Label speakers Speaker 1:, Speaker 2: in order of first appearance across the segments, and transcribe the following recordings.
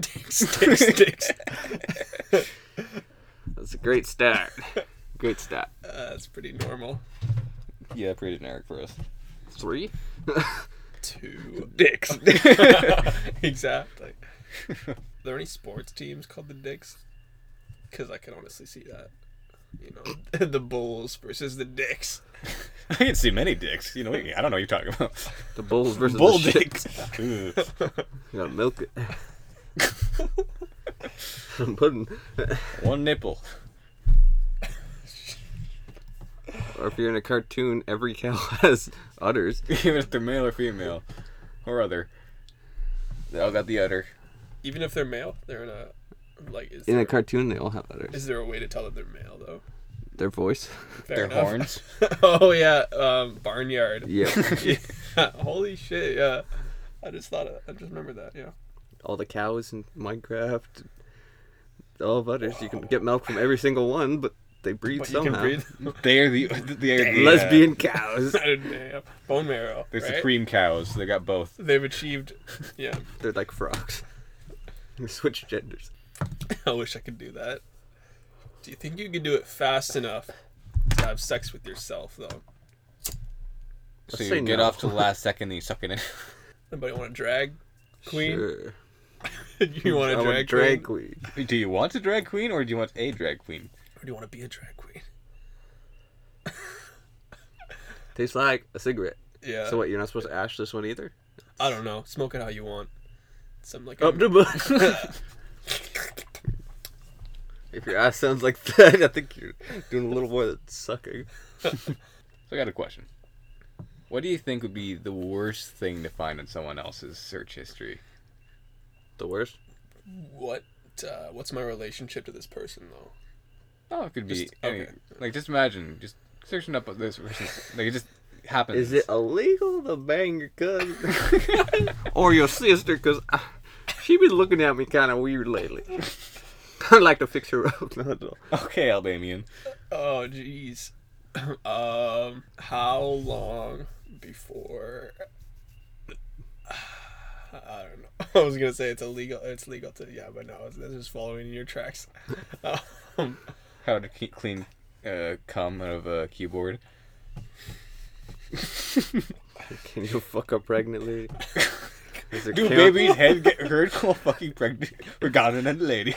Speaker 1: stick, stick.
Speaker 2: That's a great stat. Great stat.
Speaker 1: Uh, that's pretty normal.
Speaker 3: Yeah, pretty generic for us.
Speaker 2: Three?
Speaker 1: Two.
Speaker 3: Dicks.
Speaker 1: exactly. Are there any sports teams called the Dicks? Because I can honestly see that. You know, the Bulls versus the Dicks.
Speaker 3: I can see many dicks. You know, I don't know what you're talking about.
Speaker 2: The bulls versus
Speaker 3: Bull
Speaker 2: the shit.
Speaker 3: dicks. Ooh.
Speaker 2: You gotta milk it. I'm putting,
Speaker 3: One nipple.
Speaker 2: or if you're in a cartoon, every cow has udders.
Speaker 3: Even if they're male or female. Or other. Oh, got the udder.
Speaker 1: Even if they're male, they're in a like. Is
Speaker 2: In
Speaker 1: there,
Speaker 2: a cartoon, they all have udders.
Speaker 1: Is there a way to tell that they're male though?
Speaker 2: Their voice.
Speaker 1: Fair
Speaker 3: their
Speaker 1: enough.
Speaker 3: horns.
Speaker 1: oh yeah, um, barnyard.
Speaker 2: Yeah.
Speaker 1: Yeah, Holy shit! Yeah, I just thought. Of, I just remember that. Yeah.
Speaker 2: all the cows in Minecraft. All of udders. You can get milk from every single one, but they breed
Speaker 1: But you
Speaker 2: somehow.
Speaker 1: can breathe.
Speaker 3: They are the. They are the uh,
Speaker 2: Lesbian cows.
Speaker 1: Damn. Bone marrow.
Speaker 3: They're
Speaker 1: right?
Speaker 3: supreme cows. They got both.
Speaker 1: They've achieved. Yeah.
Speaker 2: They're like frogs. They switch genders.
Speaker 1: I wish I could do that. Do you think you could do it fast enough to have sex with yourself though?
Speaker 2: I'd
Speaker 3: So you
Speaker 2: say
Speaker 3: get
Speaker 2: no.
Speaker 3: off to the last second and you suck it in.
Speaker 1: Anybody want to drag? Queen.
Speaker 2: Sure.
Speaker 1: you want
Speaker 2: I
Speaker 1: to
Speaker 2: want
Speaker 1: drag?
Speaker 2: drag
Speaker 1: queen?
Speaker 2: queen.
Speaker 3: Do you want a drag queen or do you want a drag queen?
Speaker 1: Or do you want to be a drag queen?
Speaker 2: Tastes like a cigarette.
Speaker 1: Yeah.
Speaker 2: so what? You're not supposed to ash this one either.
Speaker 1: I don't know. Smoke it how you want. Something like
Speaker 2: Up to If your ass sounds like that, I think you're doing a little more than sucking.
Speaker 3: So I got a question. What do you think would be the worst thing to find in someone else's search history?
Speaker 2: The worst.
Speaker 1: what? Uh, what's my relationship to this person though?
Speaker 3: Oh, it could be
Speaker 1: Just-
Speaker 3: any,
Speaker 1: okay.
Speaker 3: like just imagine just searching up this person. like it just happens.
Speaker 2: Is it illegal to bang your cousin or your sister? Cause I, she been looking at me kind of weird lately. I'd like to fix her up. No, no.
Speaker 3: okay, Albanian?
Speaker 1: Oh jeez. um how long before I don't know. I was gonna say it's illegal. It's legal to yeah, but no, it's, it's just following in your tracks. Um,
Speaker 3: How to ke- clean uh, cum out of a keyboard?
Speaker 2: Can you fuck a pregnant lady? Is there
Speaker 3: Do
Speaker 2: count-
Speaker 3: baby's head get hurt while fucking pregnant? Regarding a lady.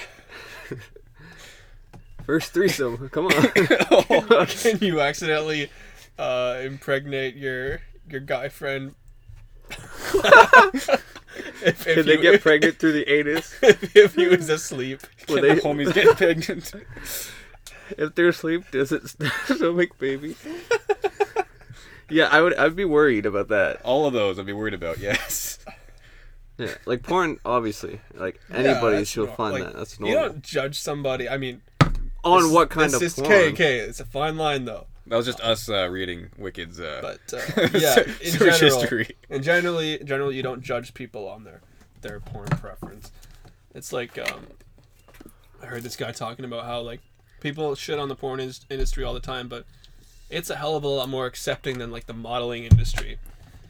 Speaker 2: First threesome. Come on.
Speaker 1: can you accidentally uh, impregnate your your guy friend? if, if
Speaker 2: Can they
Speaker 1: you-
Speaker 2: get pregnant through the anus?
Speaker 1: if, if he was asleep?
Speaker 2: Well,
Speaker 3: When
Speaker 2: they-
Speaker 3: the homies get pregnant.
Speaker 2: If they're asleep, does it still make baby? Yeah, I would. I'd be worried about that.
Speaker 3: All of those I'd be worried about. Yes.
Speaker 2: Yeah, like porn, obviously. Like
Speaker 1: Yeah,
Speaker 2: anybody
Speaker 1: that's
Speaker 2: should
Speaker 1: nor-
Speaker 2: find
Speaker 1: like,
Speaker 2: that. That's
Speaker 1: You
Speaker 2: normal.
Speaker 1: don't judge somebody. I mean,
Speaker 2: On
Speaker 1: this-
Speaker 2: what kind
Speaker 1: this
Speaker 2: of
Speaker 1: is
Speaker 2: porn?
Speaker 1: Okay, okay, it's a fine line though.
Speaker 3: That was just us uh, reading Wicked's. Uh,
Speaker 1: But uh, yeah, in
Speaker 3: search
Speaker 1: general,
Speaker 3: history.
Speaker 1: and generally, generally, you don't judge people on their their porn preference. It's like um, I heard this guy talking about how like people shit on the porn is- industry all the time, but it's a hell of a lot more accepting than like the modeling industry.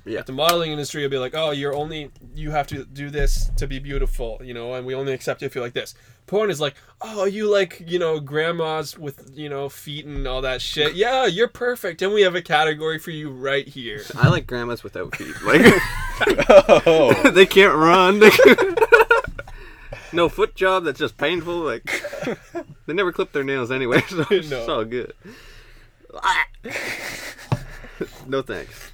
Speaker 2: Yeah.
Speaker 1: Like, the modeling industry will be like, oh, you're only you have to do this to be beautiful, you know, and we only accept you if you're like this. Porn is like, oh, you like you know grandmas with you know feet and all that shit. Yeah, you're perfect, and we have a category for you right here.
Speaker 2: I like grandmas without feet. Like.
Speaker 3: oh,
Speaker 2: they can't run. They can't- no foot job. That's just painful. Like they never clip their nails anyway, so it's
Speaker 1: No.
Speaker 2: all good. no thanks.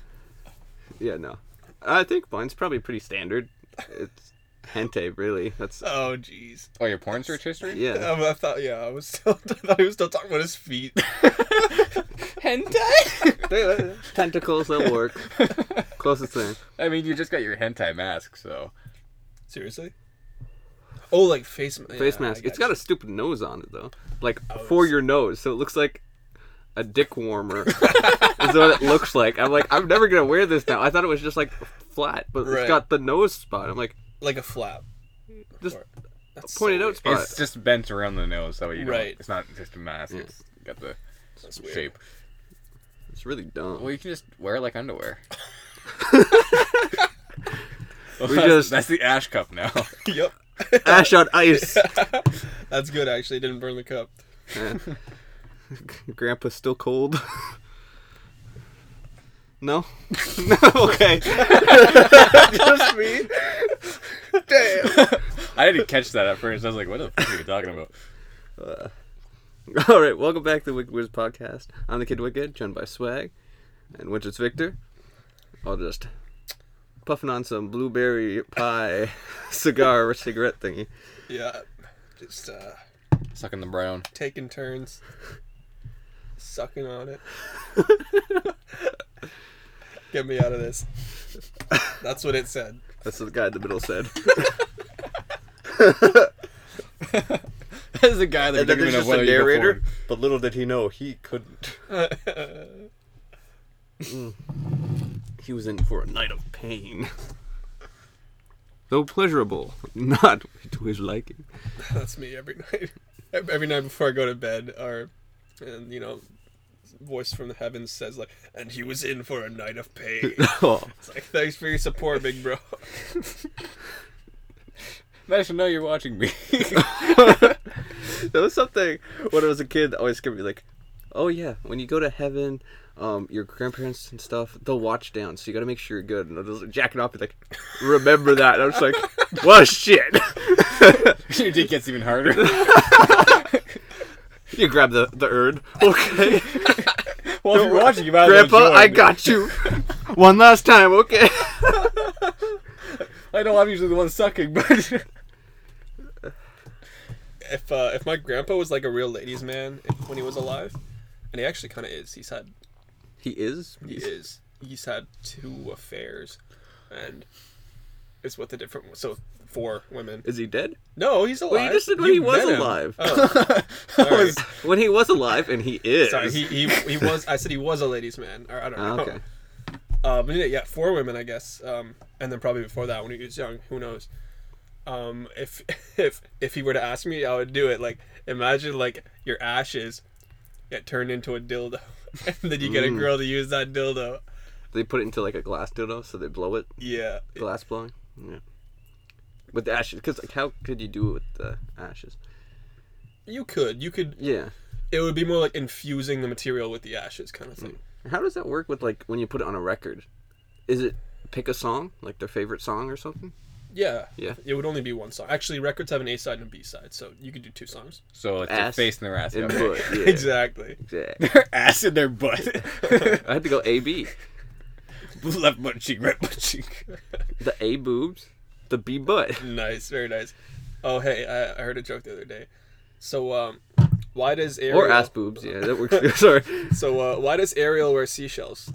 Speaker 2: Yeah, no. I think mine's probably pretty standard. It's hente, really. That's
Speaker 1: Oh, jeez.
Speaker 3: oh, your porn search history?
Speaker 2: yeah.
Speaker 1: Um, I thought, yeah, I was still, I thought he was still talking about his feet.
Speaker 2: Tentacles that work. Closest thing.
Speaker 3: I mean, you just got your hentai mask, so
Speaker 1: Seriously? Oh, like face mask.
Speaker 2: Face mask. It's got Oh, a stupid nose on it though, like for your nose, so it looks like a dick warmer. is what it looks like. I'm like, I'm never gonna wear this now. I thought it was just like flat, but
Speaker 1: Right.
Speaker 2: it's got the nose spot. I'm like,
Speaker 1: like a flap.
Speaker 2: just
Speaker 1: Or- That's
Speaker 2: point it
Speaker 1: so
Speaker 2: out
Speaker 1: weird.
Speaker 2: spot.
Speaker 3: it's just bent around the nose. That way you don't-
Speaker 1: Right.
Speaker 3: It's not just a mask. It's got the
Speaker 1: That's weird.
Speaker 3: shape.
Speaker 2: It's really dumb.
Speaker 3: Well, you can just wear it like underwear.
Speaker 2: We
Speaker 3: that's,
Speaker 2: just-
Speaker 3: that's the ash cup now.
Speaker 1: Yep.
Speaker 2: Ash on ice.
Speaker 1: That's good, actually. It didn't burn the cup.
Speaker 2: Grandpa's still cold. No? no? Okay. Just me? Damn.
Speaker 3: I didn't catch that at first. I was like, what the fuck are you talking about?
Speaker 2: All right, welcome back to the Wicked Wizards podcast. I'm the Kid Wicked, joined by Swag and Winter's Victor. I'll just puffing on some blueberry pie cigar or cigarette thingy.
Speaker 1: Yeah. Just uh,
Speaker 3: Sucking the brown.
Speaker 1: taking turns, sucking on it. Get me out of this. That's what it said.
Speaker 2: That's what the guy in the middle said.
Speaker 3: That's the guy that didn't
Speaker 2: and then there's
Speaker 3: even know
Speaker 2: just a
Speaker 3: whether you go
Speaker 2: narrator,
Speaker 3: forward.
Speaker 2: but little did he know he couldn't. He was in for a night of pain. Though pleasurable, not to his liking.
Speaker 1: That's me every night. Every night before I go to bed, or and you know, voice from the heavens says like, "And he was in for a night of pain."
Speaker 2: oh,
Speaker 1: It's like, thanks for your support, big bro.
Speaker 3: Nice to know you're watching me.
Speaker 2: that was something when I was a kid that always scared me. Like, oh yeah, when you go to heaven, um, your grandparents and stuff, they'll watch down, so you got to make sure you're good. And I was like, jacking off, be like, remember that. And I was like, well, shit.
Speaker 3: Your dick gets even harder.
Speaker 2: you grab the the urn, okay.
Speaker 3: Well, if you're watching, you might as well
Speaker 2: Grandpa,
Speaker 3: join.
Speaker 2: I got you. One last time, okay.
Speaker 3: I know I'm usually the one sucking, but
Speaker 1: If uh, if my grandpa was like a real ladies' man if, when he was alive, and he actually kind of is. He's had
Speaker 2: He is.
Speaker 1: he is. He's had two affairs, and it's with a different. So four women.
Speaker 2: Is he dead?
Speaker 1: No, he's alive.
Speaker 2: Well, you just said when he
Speaker 3: You
Speaker 2: was
Speaker 3: met him.
Speaker 2: alive.
Speaker 1: Oh. Sorry.
Speaker 2: When he was alive, and he is.
Speaker 1: Sorry, he, he he was. I said he was a ladies' man. Or, I don't
Speaker 2: Ah,
Speaker 1: know.
Speaker 2: okay.
Speaker 3: Oh.
Speaker 1: Um, yeah, yeah, four women, I guess. Um, and then probably before that, when he was young, who knows? Um, if if if he were to ask me, I would do it. Like, imagine like your ashes get turned into a dildo, and then you get a girl to use that dildo.
Speaker 2: They put it into like a glass dildo, so they blow it.
Speaker 1: Yeah,
Speaker 2: Glass blowing. Yeah. With the ashes, because like, how could you do it with the ashes?
Speaker 1: you could, you could.
Speaker 2: Yeah.
Speaker 1: It would be more like infusing the material with the ashes, kind of thing.
Speaker 2: How does that work with like when you put it on a record? Is it pick a song, like their favorite song or something?
Speaker 1: Yeah,
Speaker 2: Yeah.
Speaker 1: It would only be one song. Actually, records have an A side and a B side, so you could do two songs.
Speaker 3: so it's their
Speaker 2: Ass
Speaker 3: face in their ass.
Speaker 2: And
Speaker 3: Okay.
Speaker 2: put, yeah,
Speaker 1: Exactly.
Speaker 2: exact.
Speaker 3: their ass in their butt.
Speaker 2: I had to go A B.
Speaker 3: Left butt cheek, right butt cheek.
Speaker 2: The A boobs, the B butt.
Speaker 1: Nice, very nice. Oh hey, I, I heard a joke the other day. So um, why does Ariel?
Speaker 2: Or ass boobs, yeah, that works. too. Sorry,
Speaker 1: So uh, why does Ariel wear seashells?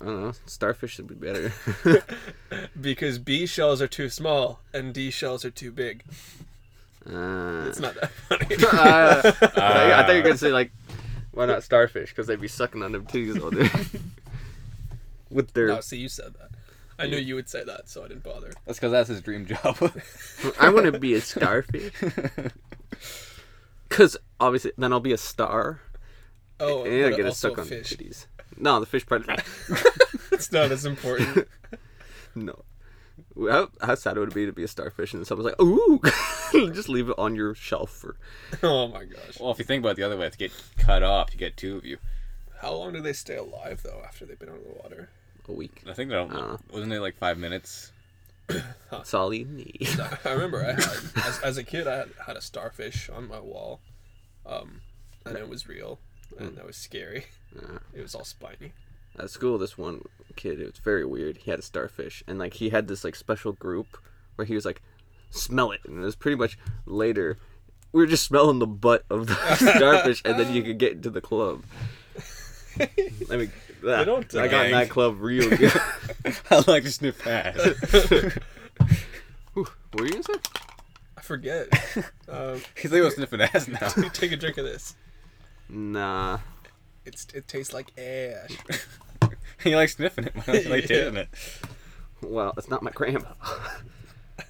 Speaker 2: I don't know. Starfish should be better.
Speaker 1: Because B shells are too small and D shells are too big.
Speaker 2: Uh,
Speaker 1: It's not that funny.
Speaker 2: Uh, I thought you- I thought you were gonna say like, why not starfish? Because they'd be sucking on them titties all day. With their,
Speaker 1: no, Oh, see, you said that. I knew you would say that, so I didn't bother.
Speaker 3: That's because that's his dream job.
Speaker 2: I want to be a starfish. Because obviously, then I'll be a star,
Speaker 1: Oh,
Speaker 2: and I
Speaker 1: but
Speaker 2: get a
Speaker 1: also
Speaker 2: suck on
Speaker 1: fish.
Speaker 2: titties. No, the fish part.
Speaker 1: It's not as important.
Speaker 2: no. How, how sad would it be to be a starfish and then someone's like, ooh, just leave it on your shelf for.
Speaker 1: oh my gosh!
Speaker 3: well, if you think about it the other way, if you get cut off, you get two of you.
Speaker 1: How long do they stay alive though after they've been under the water?
Speaker 2: A week.
Speaker 3: I think they don't.
Speaker 2: Uh.
Speaker 3: wasn't it like five minutes?
Speaker 2: That's all you need.
Speaker 1: I remember I had, as, as a kid I had, had a starfish on my wall, um, and it was real, and that was scary. It was all spiny.
Speaker 2: at school this one kid it was very weird he had a starfish and like he had this like special group where he was like smell it and it was pretty much later we were just smelling the butt of the starfish and then you could get into the club i mean that,
Speaker 1: don't,
Speaker 2: i got in
Speaker 3: uh,
Speaker 2: that club real good
Speaker 3: I like to sniff ass.
Speaker 2: Whew, what were you gonna say
Speaker 1: I forget. um,
Speaker 3: He's like, I'm sniffing ass now.
Speaker 1: take a drink of this.
Speaker 2: nah
Speaker 1: It's it tastes like ash.
Speaker 3: he likes sniffing it. When I like
Speaker 1: Yeah.
Speaker 3: tasting it.
Speaker 2: well it's not my grandpa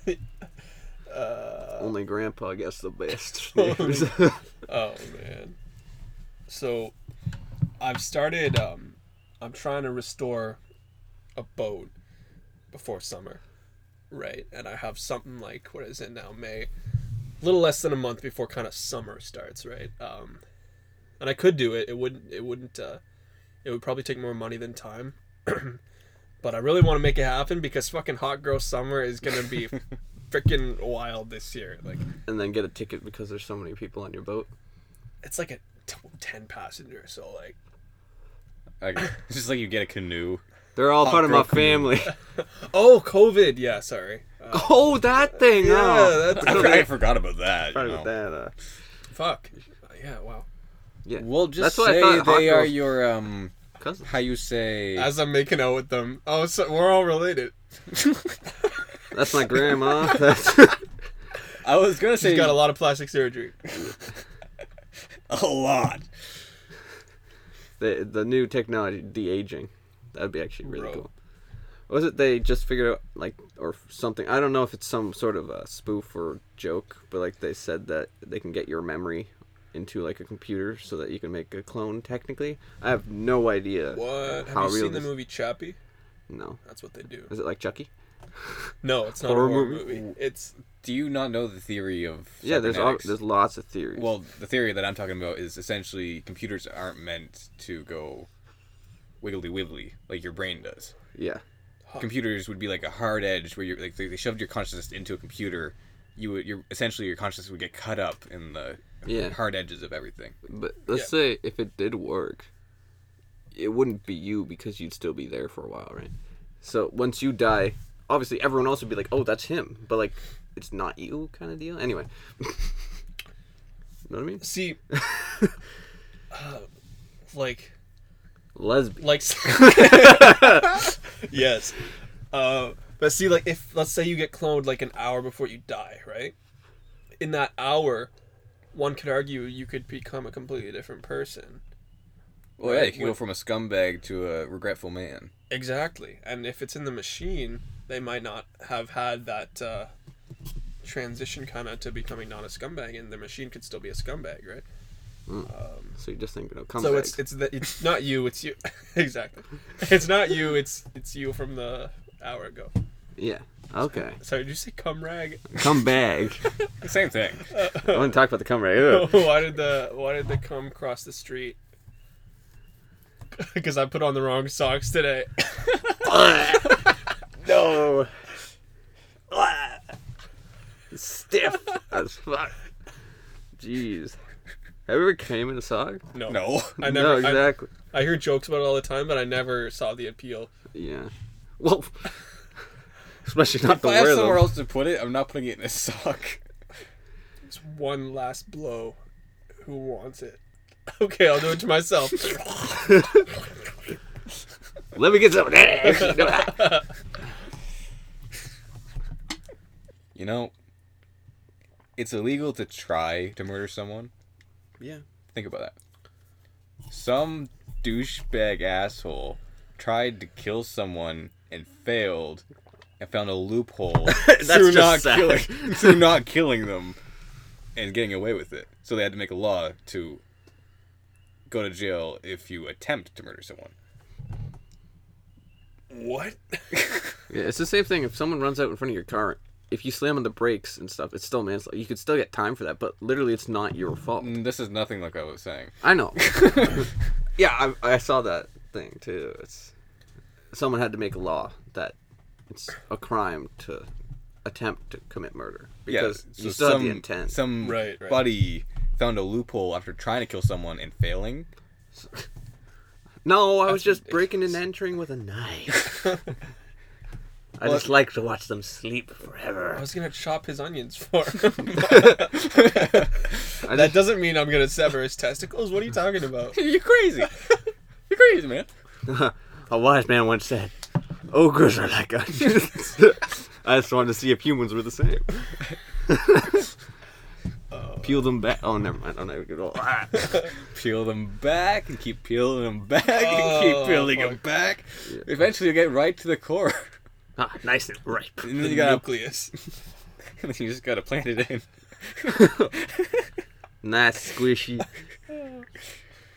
Speaker 2: only grandpa gets the best flavors.
Speaker 1: Oh man. So, I've started. Um, I'm trying to restore a boat before summer. right, and I have something like what is it now May, a little less than a month before kind of summer starts, right? Um, and I could do it. It wouldn't. It wouldn't. Uh, it would probably take more money than time. but I really want to make it happen because fucking hot girl summer is gonna be freaking wild this year. Like
Speaker 2: and then get a ticket because there's so many people on your boat.
Speaker 1: it's like a t- ten passenger, so like
Speaker 3: Like, it's just like you get a canoe.
Speaker 2: They're all
Speaker 3: Hot
Speaker 2: part of
Speaker 3: girl
Speaker 2: my family.
Speaker 1: oh COVID, yeah, sorry. Uh,
Speaker 2: oh, that thing.
Speaker 1: yeah,
Speaker 2: oh.
Speaker 1: that's
Speaker 3: I, forgot- I forgot about that. you
Speaker 2: Sorry about
Speaker 3: know.
Speaker 2: that. Uh,
Speaker 1: fuck. Yeah, wow.
Speaker 2: yeah.
Speaker 3: We'll just
Speaker 2: That's what I
Speaker 3: say
Speaker 2: thought hot
Speaker 3: they are
Speaker 2: girls-
Speaker 3: your um.
Speaker 2: Cousin.
Speaker 3: How you say?
Speaker 1: As I'm making out with them, oh, so we're all related.
Speaker 2: That's my grandma. That's
Speaker 3: I was gonna say
Speaker 1: She's got a lot of plastic surgery.
Speaker 3: a lot.
Speaker 2: the the new technology, de aging. That'd be actually really
Speaker 1: Bro.
Speaker 2: cool. Was it they just figured out like or something? I don't know if it's some sort of a spoof or joke, but like they said that they can get your memory into like a computer so that you can make a clone. Technically, I have no idea.
Speaker 1: What? Have
Speaker 2: How
Speaker 1: you
Speaker 2: real
Speaker 1: seen the
Speaker 2: this-
Speaker 1: movie Chappie?
Speaker 2: No,
Speaker 1: That's what they do.
Speaker 2: is it like Chucky?
Speaker 1: No, it's not
Speaker 2: Horror
Speaker 1: a horror
Speaker 2: movie?
Speaker 1: movie. It's
Speaker 3: Do you not know the theory of?
Speaker 2: Yeah, there's all,
Speaker 3: cybernetics?
Speaker 2: there's lots of theories.
Speaker 3: Well, the theory that I'm talking about is essentially computers aren't meant to go wiggly wibbly like your brain does.
Speaker 2: yeah,
Speaker 3: Computers would be like a hard edge where you're like they they shoved your consciousness into a computer. You would, your essentially your consciousness would get cut up in the
Speaker 2: Yeah.
Speaker 3: hard edges of everything.
Speaker 2: but let's say if it did work, it wouldn't be you because you'd still be there for a while, right? So once you die, obviously everyone else would be like, "Oh, that's him," but like it's not you, kind of deal. Anyway, know what I mean?
Speaker 1: see, uh, like
Speaker 2: Lesbian.
Speaker 1: like yes uh, but see like if let's say you get cloned like an hour before you die right in that hour one could argue you could become a completely different person
Speaker 3: Well, yeah, you can go
Speaker 1: With-
Speaker 3: from a scumbag to a regretful man.
Speaker 1: exactly and if it's in the machine they might not have had that uh, transition kind of to becoming not a scumbag and the machine could still be a scumbag right
Speaker 2: So you just think, you know, come
Speaker 1: so
Speaker 2: back.
Speaker 1: it's it's the, it's not you it's you exactly it's not you it's it's you from the hour ago
Speaker 2: yeah. Okay.
Speaker 1: sorry did you say cum rag
Speaker 2: Come back.
Speaker 3: Same thing.
Speaker 2: I want to talk about the come back. Ugh.
Speaker 1: why did the why did the cum cross the street? Because I put on the wrong socks today.
Speaker 2: no. Stiff as fuck. Jeez. Have you ever came in a sock?
Speaker 1: No,
Speaker 3: No.
Speaker 1: I
Speaker 2: no,
Speaker 1: never.
Speaker 2: exactly.
Speaker 1: I, I hear jokes about it all the time, but I never saw the appeal.
Speaker 2: Yeah. Well, especially not
Speaker 3: If
Speaker 2: the
Speaker 3: I have
Speaker 2: wear
Speaker 3: somewhere
Speaker 2: them.
Speaker 3: else to put it, I'm not putting it in a sock.
Speaker 1: It's one last blow. Who wants it? Okay, I'll do it to myself.
Speaker 2: Let me get something.
Speaker 3: You know, it's illegal to try to murder someone.
Speaker 2: yeah.
Speaker 3: Think about that. Some douchebag asshole tried to kill someone and failed and found a loophole through,
Speaker 2: just
Speaker 3: not
Speaker 2: sad.
Speaker 3: killing, through not killing them and getting away with it. So they had to make a law to go to jail if you attempt to murder someone.
Speaker 1: what?
Speaker 2: Yeah, it's the same thing. If someone runs out in front of your car, if you slam on the brakes and stuff, it's still manslaughter. You could still get time for that, but literally, it's not your fault.
Speaker 3: Mm, This is nothing like I was saying.
Speaker 2: I know. yeah, I, I saw that thing too. It's someone had to make a law that it's a crime to attempt to commit murder because
Speaker 3: so
Speaker 2: you still have
Speaker 3: some-
Speaker 2: the intent.
Speaker 3: Some
Speaker 1: Right, right.
Speaker 3: buddy found a loophole after trying to kill someone and failing.
Speaker 2: No, I was
Speaker 1: That's
Speaker 2: just breaking and entering with a knife. I just like to watch them sleep
Speaker 1: I
Speaker 2: forever.
Speaker 1: was gonna chop his onions for him.
Speaker 2: I
Speaker 1: that
Speaker 2: just,
Speaker 1: doesn't mean I'm gonna sever his testicles. What are you talking about?
Speaker 3: You're crazy. You're crazy, man.
Speaker 2: a wise man once said, "Ogres are like onions." I just wanted to see if humans were the same. Peel them back. Oh, never mind. I'm not even gonna. Ah.
Speaker 3: Peel them back and keep peeling them back
Speaker 1: Oh,
Speaker 3: and keep peeling them
Speaker 1: fuck.
Speaker 3: back. Eventually, you get right to the core,
Speaker 2: Ah, nice and ripe.
Speaker 3: and then
Speaker 1: The
Speaker 3: you gotta,
Speaker 1: nucleus.
Speaker 3: and then you just gotta plant it in.
Speaker 2: Nice squishy.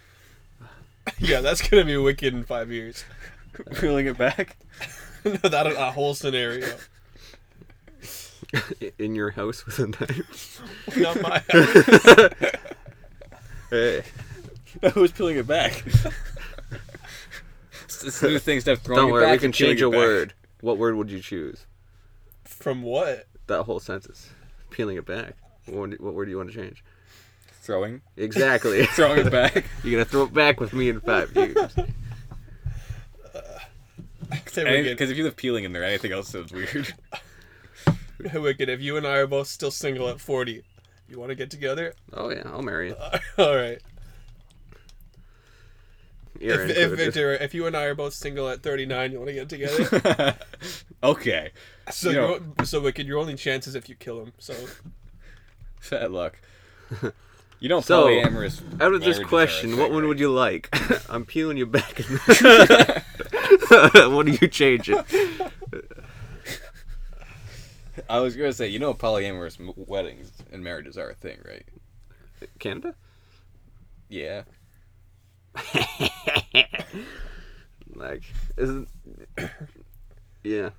Speaker 1: yeah, that's gonna be wicked in five years.
Speaker 3: peeling it back.
Speaker 1: that a whole scenario.
Speaker 2: in your house with a knife.
Speaker 1: Not my
Speaker 2: Hey.
Speaker 4: Who's peeling it back?
Speaker 3: It's this new thing stuff throwing
Speaker 2: Don't
Speaker 3: it
Speaker 2: worry,
Speaker 3: back
Speaker 2: we can
Speaker 3: and peeling
Speaker 2: change
Speaker 3: it
Speaker 2: a
Speaker 3: back.
Speaker 2: word. What word would you choose?
Speaker 1: From what?
Speaker 2: That whole sentence. Peeling it back. What, word- what word do you want to change?
Speaker 3: Throwing.
Speaker 2: Exactly.
Speaker 3: Throwing it back.
Speaker 2: You're going to throw it back with me in five years.
Speaker 1: Say wicked.
Speaker 3: Because if you have peeling in there, anything else sounds weird.
Speaker 1: wicked. If you and I are both still single at 40, you want to get together?
Speaker 2: Oh, yeah, I'll marry you.
Speaker 1: All right.
Speaker 2: You're
Speaker 1: If, if,
Speaker 2: included.
Speaker 1: Victor, if you and I are both single at 39, you want to get together?
Speaker 3: okay.
Speaker 1: So,
Speaker 3: You know-
Speaker 1: you're, so wicked. Your only chance is if you kill him. So
Speaker 3: Bad luck. You don't
Speaker 2: So,
Speaker 3: polyamorous.
Speaker 2: Out of
Speaker 3: marriages
Speaker 2: this
Speaker 3: are a
Speaker 2: question,
Speaker 3: thing,
Speaker 2: what one
Speaker 3: right?
Speaker 2: would you like? I'm peeling you back. in the- what do you change it?
Speaker 3: I was gonna say, you know, polyamorous m- weddings and marriages are a thing, right?
Speaker 2: Canada?
Speaker 3: Yeah.
Speaker 2: Like, isn't. Yeah.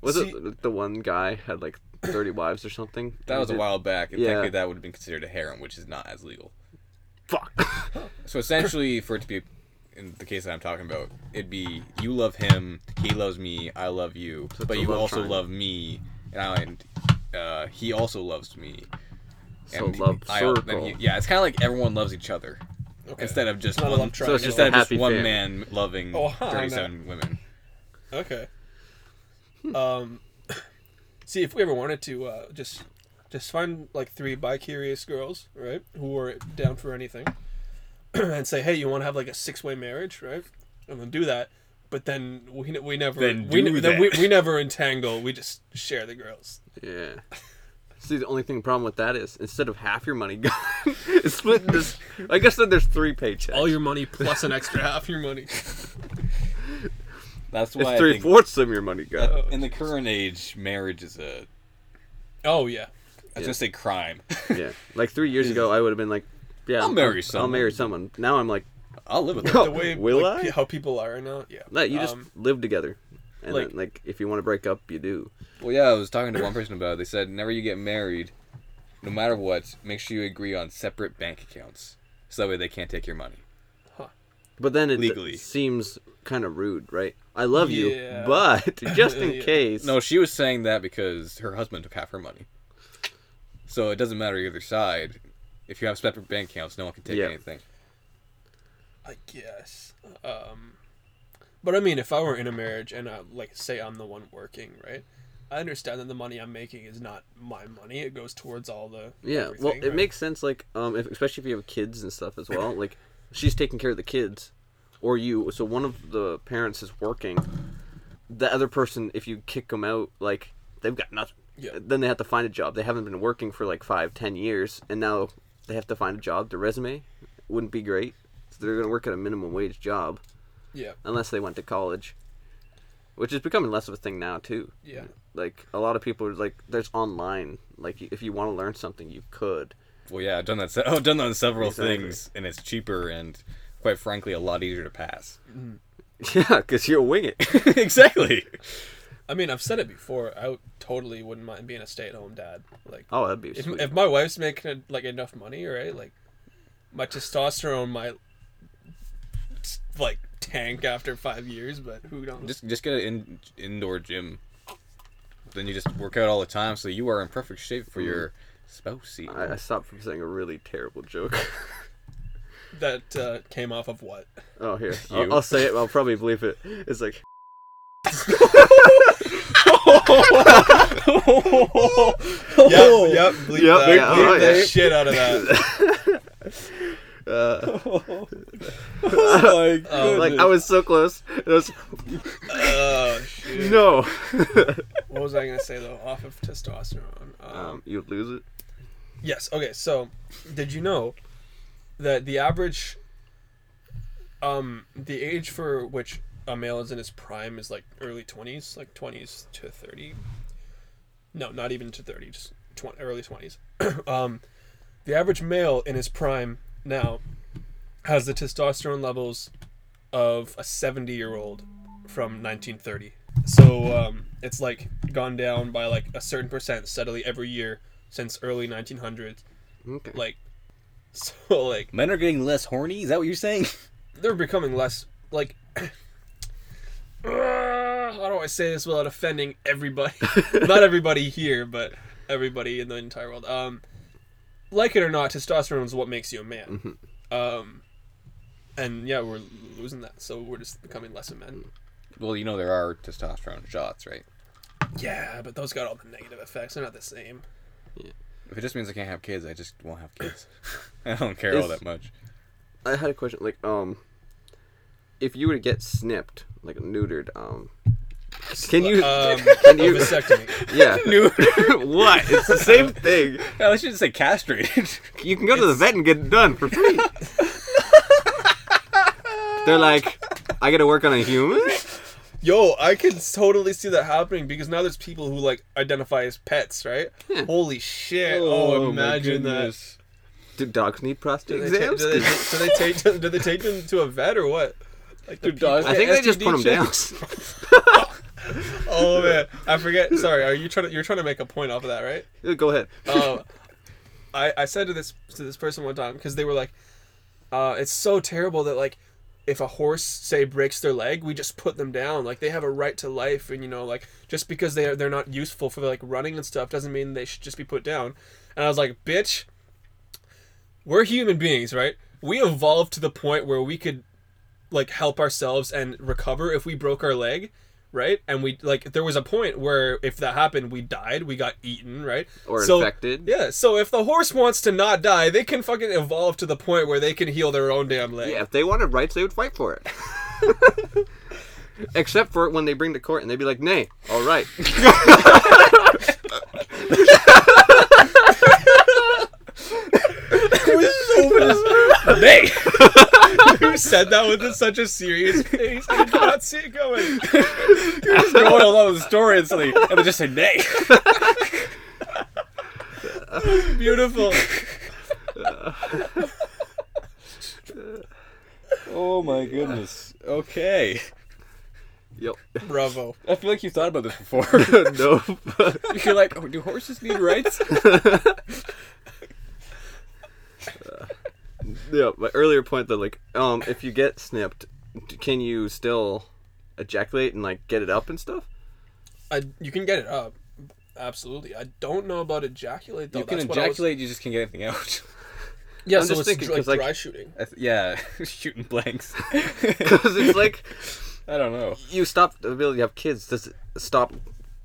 Speaker 2: Was
Speaker 1: See-
Speaker 2: it the one guy had like 30 wives or something?
Speaker 3: That was a
Speaker 2: Did-
Speaker 3: while back, and
Speaker 2: Yeah.
Speaker 3: technically that would have been considered a harem, which is not as legal.
Speaker 2: Fuck.
Speaker 3: So essentially, for it to be, in the case that I'm talking about, it'd be you love him, he loves me, I love you,
Speaker 2: it's
Speaker 3: but
Speaker 2: a
Speaker 3: you
Speaker 2: love
Speaker 3: also
Speaker 2: triangle.
Speaker 3: love me, and I, and, uh, he also loves me.
Speaker 2: So love
Speaker 3: and
Speaker 2: circle.
Speaker 3: he- yeah, it's kind of like everyone loves each other
Speaker 1: okay.
Speaker 3: instead of just
Speaker 1: Not a
Speaker 3: one.
Speaker 1: love triangle. So it's just
Speaker 3: instead of
Speaker 2: a
Speaker 3: just
Speaker 2: happy
Speaker 3: one
Speaker 2: family.
Speaker 3: man loving
Speaker 1: Oh, huh, I know.
Speaker 3: 37 women.
Speaker 1: Okay. Um, see, if we ever wanted to, uh, just just find like three bi-curious girls, right, who are down for anything, and say, hey, you want to have like a six-way marriage, right? And then do that. But then we, ne- we never
Speaker 3: Then
Speaker 1: we,
Speaker 3: do
Speaker 1: ne- then we,
Speaker 3: that.
Speaker 1: we never entangle. We just share the girls.
Speaker 2: Yeah. See, the only thing problem with that is instead of half your money gone, it's split. This, I guess then there's three paychecks.
Speaker 1: All your money plus an extra half your money.
Speaker 3: That's why
Speaker 2: it's
Speaker 3: I
Speaker 2: three
Speaker 3: think
Speaker 2: fourths of your money gone.
Speaker 3: in the current age, marriage is a.
Speaker 1: Oh yeah.
Speaker 3: I was gonna say crime.
Speaker 2: yeah. Like three years ago, I would have been like, yeah,
Speaker 3: I'll marry
Speaker 2: I'll
Speaker 3: someone.
Speaker 2: marry someone. Now I'm like,
Speaker 3: I'll live with
Speaker 1: The
Speaker 3: it.
Speaker 1: way
Speaker 2: Will
Speaker 1: like,
Speaker 2: I?
Speaker 1: pe- how people are now. Yeah.
Speaker 2: no, you just
Speaker 1: Um,
Speaker 2: live together. And
Speaker 1: like-
Speaker 2: then, like, if you want to break up, you do.
Speaker 3: Well, yeah, I was talking to one person about it. They said, whenever you get married, no matter what, make sure you agree on separate bank accounts. So that way they can't take your money.
Speaker 2: But then it
Speaker 3: Legally.
Speaker 2: seems kind of rude, right? I love
Speaker 1: Yeah.
Speaker 2: you, but just in
Speaker 1: Yeah.
Speaker 2: case.
Speaker 3: No, she was saying that because her husband took half her money. So it doesn't matter either side. If you have separate bank accounts, no one can take
Speaker 2: Yeah.
Speaker 3: anything.
Speaker 1: I guess. Um, but I mean, if I were in a marriage and I, like say I'm the one working, right? I understand that the money I'm making is not my money. It goes towards all the
Speaker 2: Yeah, well,
Speaker 1: everything,
Speaker 2: it
Speaker 1: right?
Speaker 2: makes sense. Like, um, if, especially if you have kids and stuff as well. Like, she's taking care of the kids, or you. So one of the parents is working. The other person, if you kick them out, like they've got nothing.
Speaker 1: Yeah.
Speaker 2: Then they have to find a job. They haven't been working for like five, ten years, and now they have to find a job. Their resume wouldn't be great. So they're gonna work at a minimum wage job
Speaker 1: yeah,
Speaker 2: unless they went to college, which is becoming less of a thing now too
Speaker 1: yeah,
Speaker 2: like a lot of people are like there's online like if you want to learn something you could
Speaker 3: Well, yeah, I've done that. Se- oh, I've done that on several
Speaker 2: Exactly.
Speaker 3: things, and it's cheaper and, quite frankly, a lot easier to pass.
Speaker 2: yeah because you'll wing it
Speaker 3: exactly.
Speaker 1: I mean, I've said it before. I would- totally wouldn't mind being a stay-at-home dad. Like,
Speaker 2: oh that'd be
Speaker 1: if,
Speaker 2: sweet
Speaker 1: if my wife's making like enough money, right? Like, my testosterone might like tank after five years, but who knows?
Speaker 3: Just just get an in- indoor gym. Then you just work out all the time, so you are in perfect shape for your spouse.
Speaker 2: I, I stopped from saying a really terrible joke
Speaker 1: that uh, came off of what?
Speaker 2: oh here
Speaker 3: You.
Speaker 2: I'll, I'll say it i'll probably believe it it's like
Speaker 1: Yep, yep, bleep
Speaker 2: Yep,
Speaker 1: that,
Speaker 2: yeah,
Speaker 1: bleep
Speaker 2: oh,
Speaker 1: the
Speaker 2: yeah.
Speaker 1: shit out of that.
Speaker 2: uh,
Speaker 3: oh my
Speaker 1: Oh,
Speaker 4: uh,
Speaker 2: like i was so close it was
Speaker 1: Oh shit!
Speaker 2: no
Speaker 1: What was I gonna say though? Off of testosterone. Um,
Speaker 2: um, you lose it
Speaker 1: yes. Okay. So, did you know that the average, um, the age for which a male is in his prime is like early twenties, like twenties to thirty. No, not even to thirty, just tw- early twenties. um, the average male in his prime now has the testosterone levels of a seventy-year-old from nineteen thirty. so um, it's like gone down by like a certain percent steadily every year since early 1900s.
Speaker 2: Okay.
Speaker 1: Like, so like
Speaker 4: Men are getting less horny. Is that what you're saying?
Speaker 1: they're becoming less like. Uh, how do I say this without offending everybody? not everybody here, but everybody in the entire world. Um, like it or not, testosterone is what makes you a man. Um, and yeah, we're losing that, so we're just becoming less of men.
Speaker 3: Well, you know there are testosterone shots, right?
Speaker 1: Yeah, but those got all the negative effects. They're not the same.
Speaker 3: If it just means I can't have kids, I just won't have kids. I don't care all
Speaker 2: Is-
Speaker 3: that much.
Speaker 2: I had a question. Like, um, if you were to get snipped, like neutered, um, can you?
Speaker 1: Um,
Speaker 2: can you?
Speaker 1: a vasectomy.
Speaker 2: Yeah. what? It's the same thing.
Speaker 3: Yeah, I should just say castrated.
Speaker 2: You can go to the vet and get it done for free. They're like, I gotta work on a human.
Speaker 1: Yo, I can totally see that happening because now there's people who like identify as pets, right? Holy shit! Oh, imagine that.
Speaker 2: Do dogs need prostate
Speaker 1: Do they, ta-
Speaker 2: exams?
Speaker 1: do, they, do they take them, do they take them to a vet or what? Like the people-
Speaker 2: I think they just put them down.
Speaker 1: Oh man, I forget. Sorry, are you trying to? You're trying to make a point off of that, right?
Speaker 2: go ahead.
Speaker 1: um, I, I said to this to this person one time because they were like, uh, "It's so terrible that like, if a horse say breaks their leg, we just put them down. Like they have a right to life, and you know, like just because they are they're not useful for like running and stuff doesn't mean they should just be put down." And I was like, "Bitch, we're human beings, right? We evolved to the point where we could like help ourselves and recover if we broke our leg." Right, and we like there was a point where if that happened, we died, we got eaten, right?
Speaker 2: Or
Speaker 1: So-
Speaker 2: infected.
Speaker 1: yeah, so if the horse wants to not die, they can fucking evolve to the point where they can heal their own damn leg.
Speaker 2: Yeah, if they wanted rights, they would fight for it. Except for when they bring to court and they'd be like, nay, all right.
Speaker 3: Nay!
Speaker 1: Who said that with such a serious face? I did not see it going. going along with the story and
Speaker 3: Instantly, and they just say nay.
Speaker 1: beautiful.
Speaker 3: Oh my goodness. Okay.
Speaker 2: Yep.
Speaker 1: Bravo.
Speaker 3: I feel like you thought about this before.
Speaker 2: nope.
Speaker 3: You're like, oh, do horses need rights?
Speaker 2: yeah, my earlier point though, like, um, if you get snipped, d- can you still ejaculate and like get it up and stuff?
Speaker 1: I, you can get it up. Absolutely. I don't know about ejaculate though.
Speaker 3: you can
Speaker 1: That's what I was-
Speaker 3: ejaculate, you just can't get anything out.
Speaker 1: yeah,
Speaker 2: I'm
Speaker 1: so
Speaker 2: just
Speaker 1: it's
Speaker 2: thinking,
Speaker 1: like,
Speaker 2: 'cause, like-
Speaker 1: dry shooting.
Speaker 3: I th- yeah, shooting blanks.
Speaker 2: Because it's like
Speaker 3: I don't know.
Speaker 2: you stop the ability to have kids. Does it stop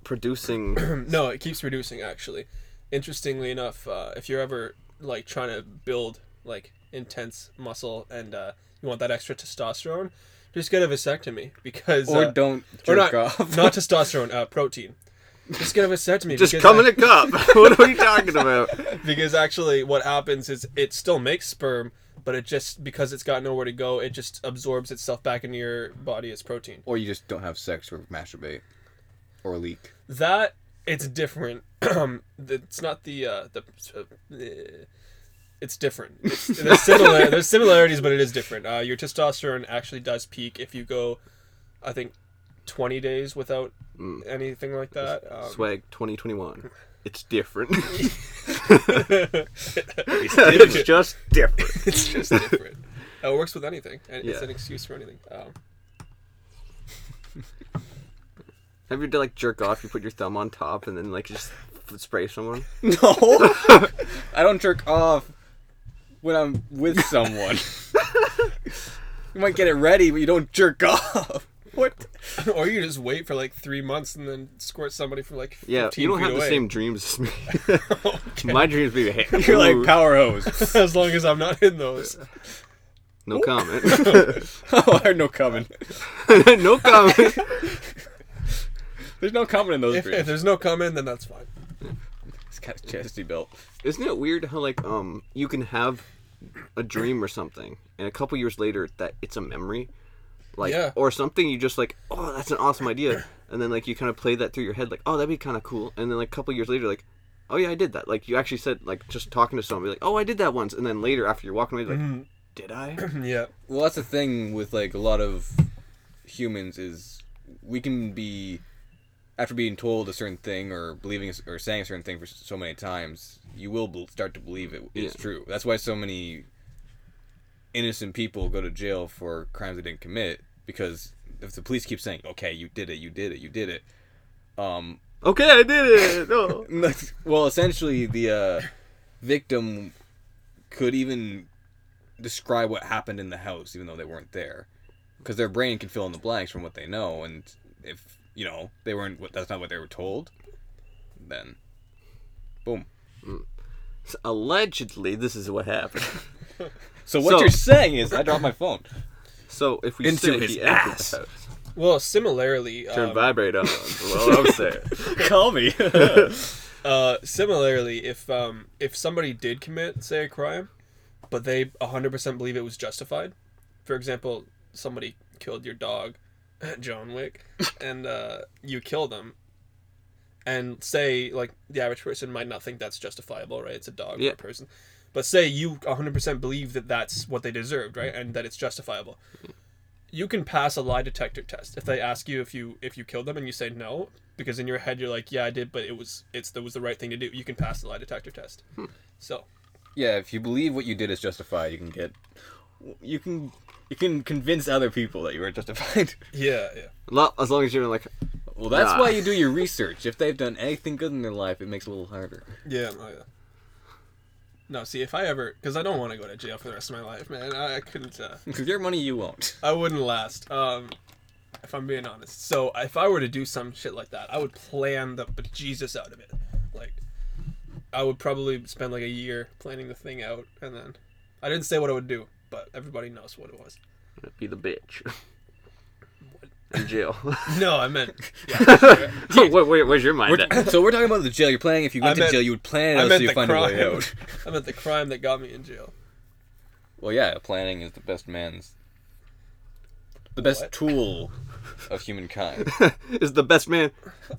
Speaker 2: producing?
Speaker 1: No, it keeps reducing actually. Interestingly enough, uh, if you're ever like trying to build like intense muscle and uh, you want that extra testosterone, just get a vasectomy because
Speaker 3: Or
Speaker 1: uh,
Speaker 3: don't
Speaker 1: or
Speaker 3: jerk
Speaker 1: not
Speaker 3: off.
Speaker 1: not testosterone, uh, protein. Just get a vasectomy.
Speaker 2: Just
Speaker 1: because
Speaker 2: come in
Speaker 1: I-
Speaker 2: a cup. what are we talking about?
Speaker 1: because actually what happens is it still makes sperm, but it just because it's got nowhere to go, it just absorbs itself back into your body as protein.
Speaker 3: or you just don't have sex or masturbate. Or leak.
Speaker 1: that it's different it's not the uh the uh, it's different it's, there's similar there's similarities but it is different uh your testosterone actually does peak if you go i think 20 days without
Speaker 2: Mm.
Speaker 1: anything like that um,
Speaker 2: Swag 2021. It's different.
Speaker 1: different.
Speaker 2: it's just different.
Speaker 1: it's just different Uh, it works with anything and it's
Speaker 2: Yeah.
Speaker 1: an excuse for anything um,
Speaker 2: Have you done like jerk off? You put your thumb on top and then like just f- spray someone.
Speaker 3: No! I don't jerk off when I'm with someone. you might get it ready, but you don't jerk off. What?
Speaker 1: or you just wait for like three months and then squirt somebody from like 15
Speaker 2: Yeah, you don't
Speaker 1: feet
Speaker 2: have the
Speaker 1: away.
Speaker 2: same dreams as me. My dreams be hey,
Speaker 3: You're
Speaker 2: ooh,
Speaker 3: like power hose.
Speaker 1: as long as i'm not in those
Speaker 2: no comment.
Speaker 3: oh, I heard no coming.
Speaker 2: no comment.
Speaker 3: There's no coming in those
Speaker 1: if, if
Speaker 3: dreams.
Speaker 1: there's no comment then that's fine
Speaker 3: This guy's chesty built.
Speaker 2: Isn't it weird how like um you can have a dream or something and a couple years later that it's a memory, like
Speaker 1: Yeah.
Speaker 2: or something you just like oh that's an awesome idea and then like you kind of play that through your head like oh that'd be kind of cool and then like a couple years later like oh yeah I did that like you actually said like just talking to somebody like oh I did that once and then later after you're walking away like
Speaker 3: Mm-hmm.
Speaker 2: did I
Speaker 1: yeah
Speaker 3: Well, that's the thing with like a lot of humans is we can be after being told a certain thing or believing s- or saying a certain thing for s- so many times, you will bel start to believe it is
Speaker 2: Yeah.
Speaker 3: true. That's why so many innocent people go to jail for crimes they didn't commit because if the police keep saying, "Okay, you did it, you did it, you did it," um,
Speaker 2: Okay, I did it. No.
Speaker 3: well, essentially, the uh, victim could even describe what happened in the house, even though they weren't there, because their brain can fill in the blanks from what they know. And if you know they weren't, what- that's not what they were told. Then, boom.
Speaker 2: Allegedly, this is what happened.
Speaker 3: So what
Speaker 2: So-
Speaker 3: you're saying is, I dropped my phone.
Speaker 2: So if we
Speaker 3: Into
Speaker 2: say
Speaker 3: his
Speaker 2: he entered
Speaker 3: ass.
Speaker 2: the house,
Speaker 1: Well, similarly,
Speaker 2: turn
Speaker 1: um,
Speaker 2: vibrate on. is what I'm saying.
Speaker 4: Call me.
Speaker 1: Uh, similarly, if um, if somebody did commit, say, a crime, but they 100% believe it was justified, for example, somebody killed your dog, John Wick, and uh, you kill them, and say, like, the average person might not think that's justifiable, right? It's a dog or
Speaker 2: Yeah.
Speaker 1: a person. But say you 100% believe that that's what they deserved, right? And that it's justifiable. You can pass a lie detector test if they ask you if you if you killed them and you say no because in your head you're like yeah I did but it was it's that was the right thing to do. You can pass the lie detector test. So
Speaker 3: Yeah, if you believe what you did is justified, you can get.
Speaker 4: you can you can convince other people that you were justified.
Speaker 1: yeah, yeah.
Speaker 2: Lo- As long as you're like,
Speaker 3: Well, that's
Speaker 2: Nah.
Speaker 3: why you do your research. If they've done anything good in their life, it makes it a little harder.
Speaker 1: Yeah. Oh, yeah. No, see, if I ever, because I don't want to go to jail for the rest of my life, man. I, I couldn't. Uh,
Speaker 3: Because your money, you won't.
Speaker 1: I wouldn't last. Um, if I'm being honest. So if I were to do some shit like that, I would plan the bejesus out of it. Like, I would probably spend like a year planning the thing out, and then I didn't say what I would do, but everybody knows what it was.
Speaker 2: be the bitch. In jail.
Speaker 1: No, I meant.
Speaker 2: where, where, where's your mind at?
Speaker 3: so we're talking about the jail. You're planning. If you went
Speaker 1: I
Speaker 3: to
Speaker 1: meant-
Speaker 3: jail, you would plan it out
Speaker 1: I
Speaker 3: so
Speaker 1: meant
Speaker 3: you
Speaker 1: the
Speaker 3: find a way
Speaker 1: crime.
Speaker 3: out.
Speaker 1: I meant the crime that got me in jail.
Speaker 3: Well, yeah, planning is the best man's. The best
Speaker 1: What?
Speaker 3: tool of humankind.
Speaker 2: Is the best man?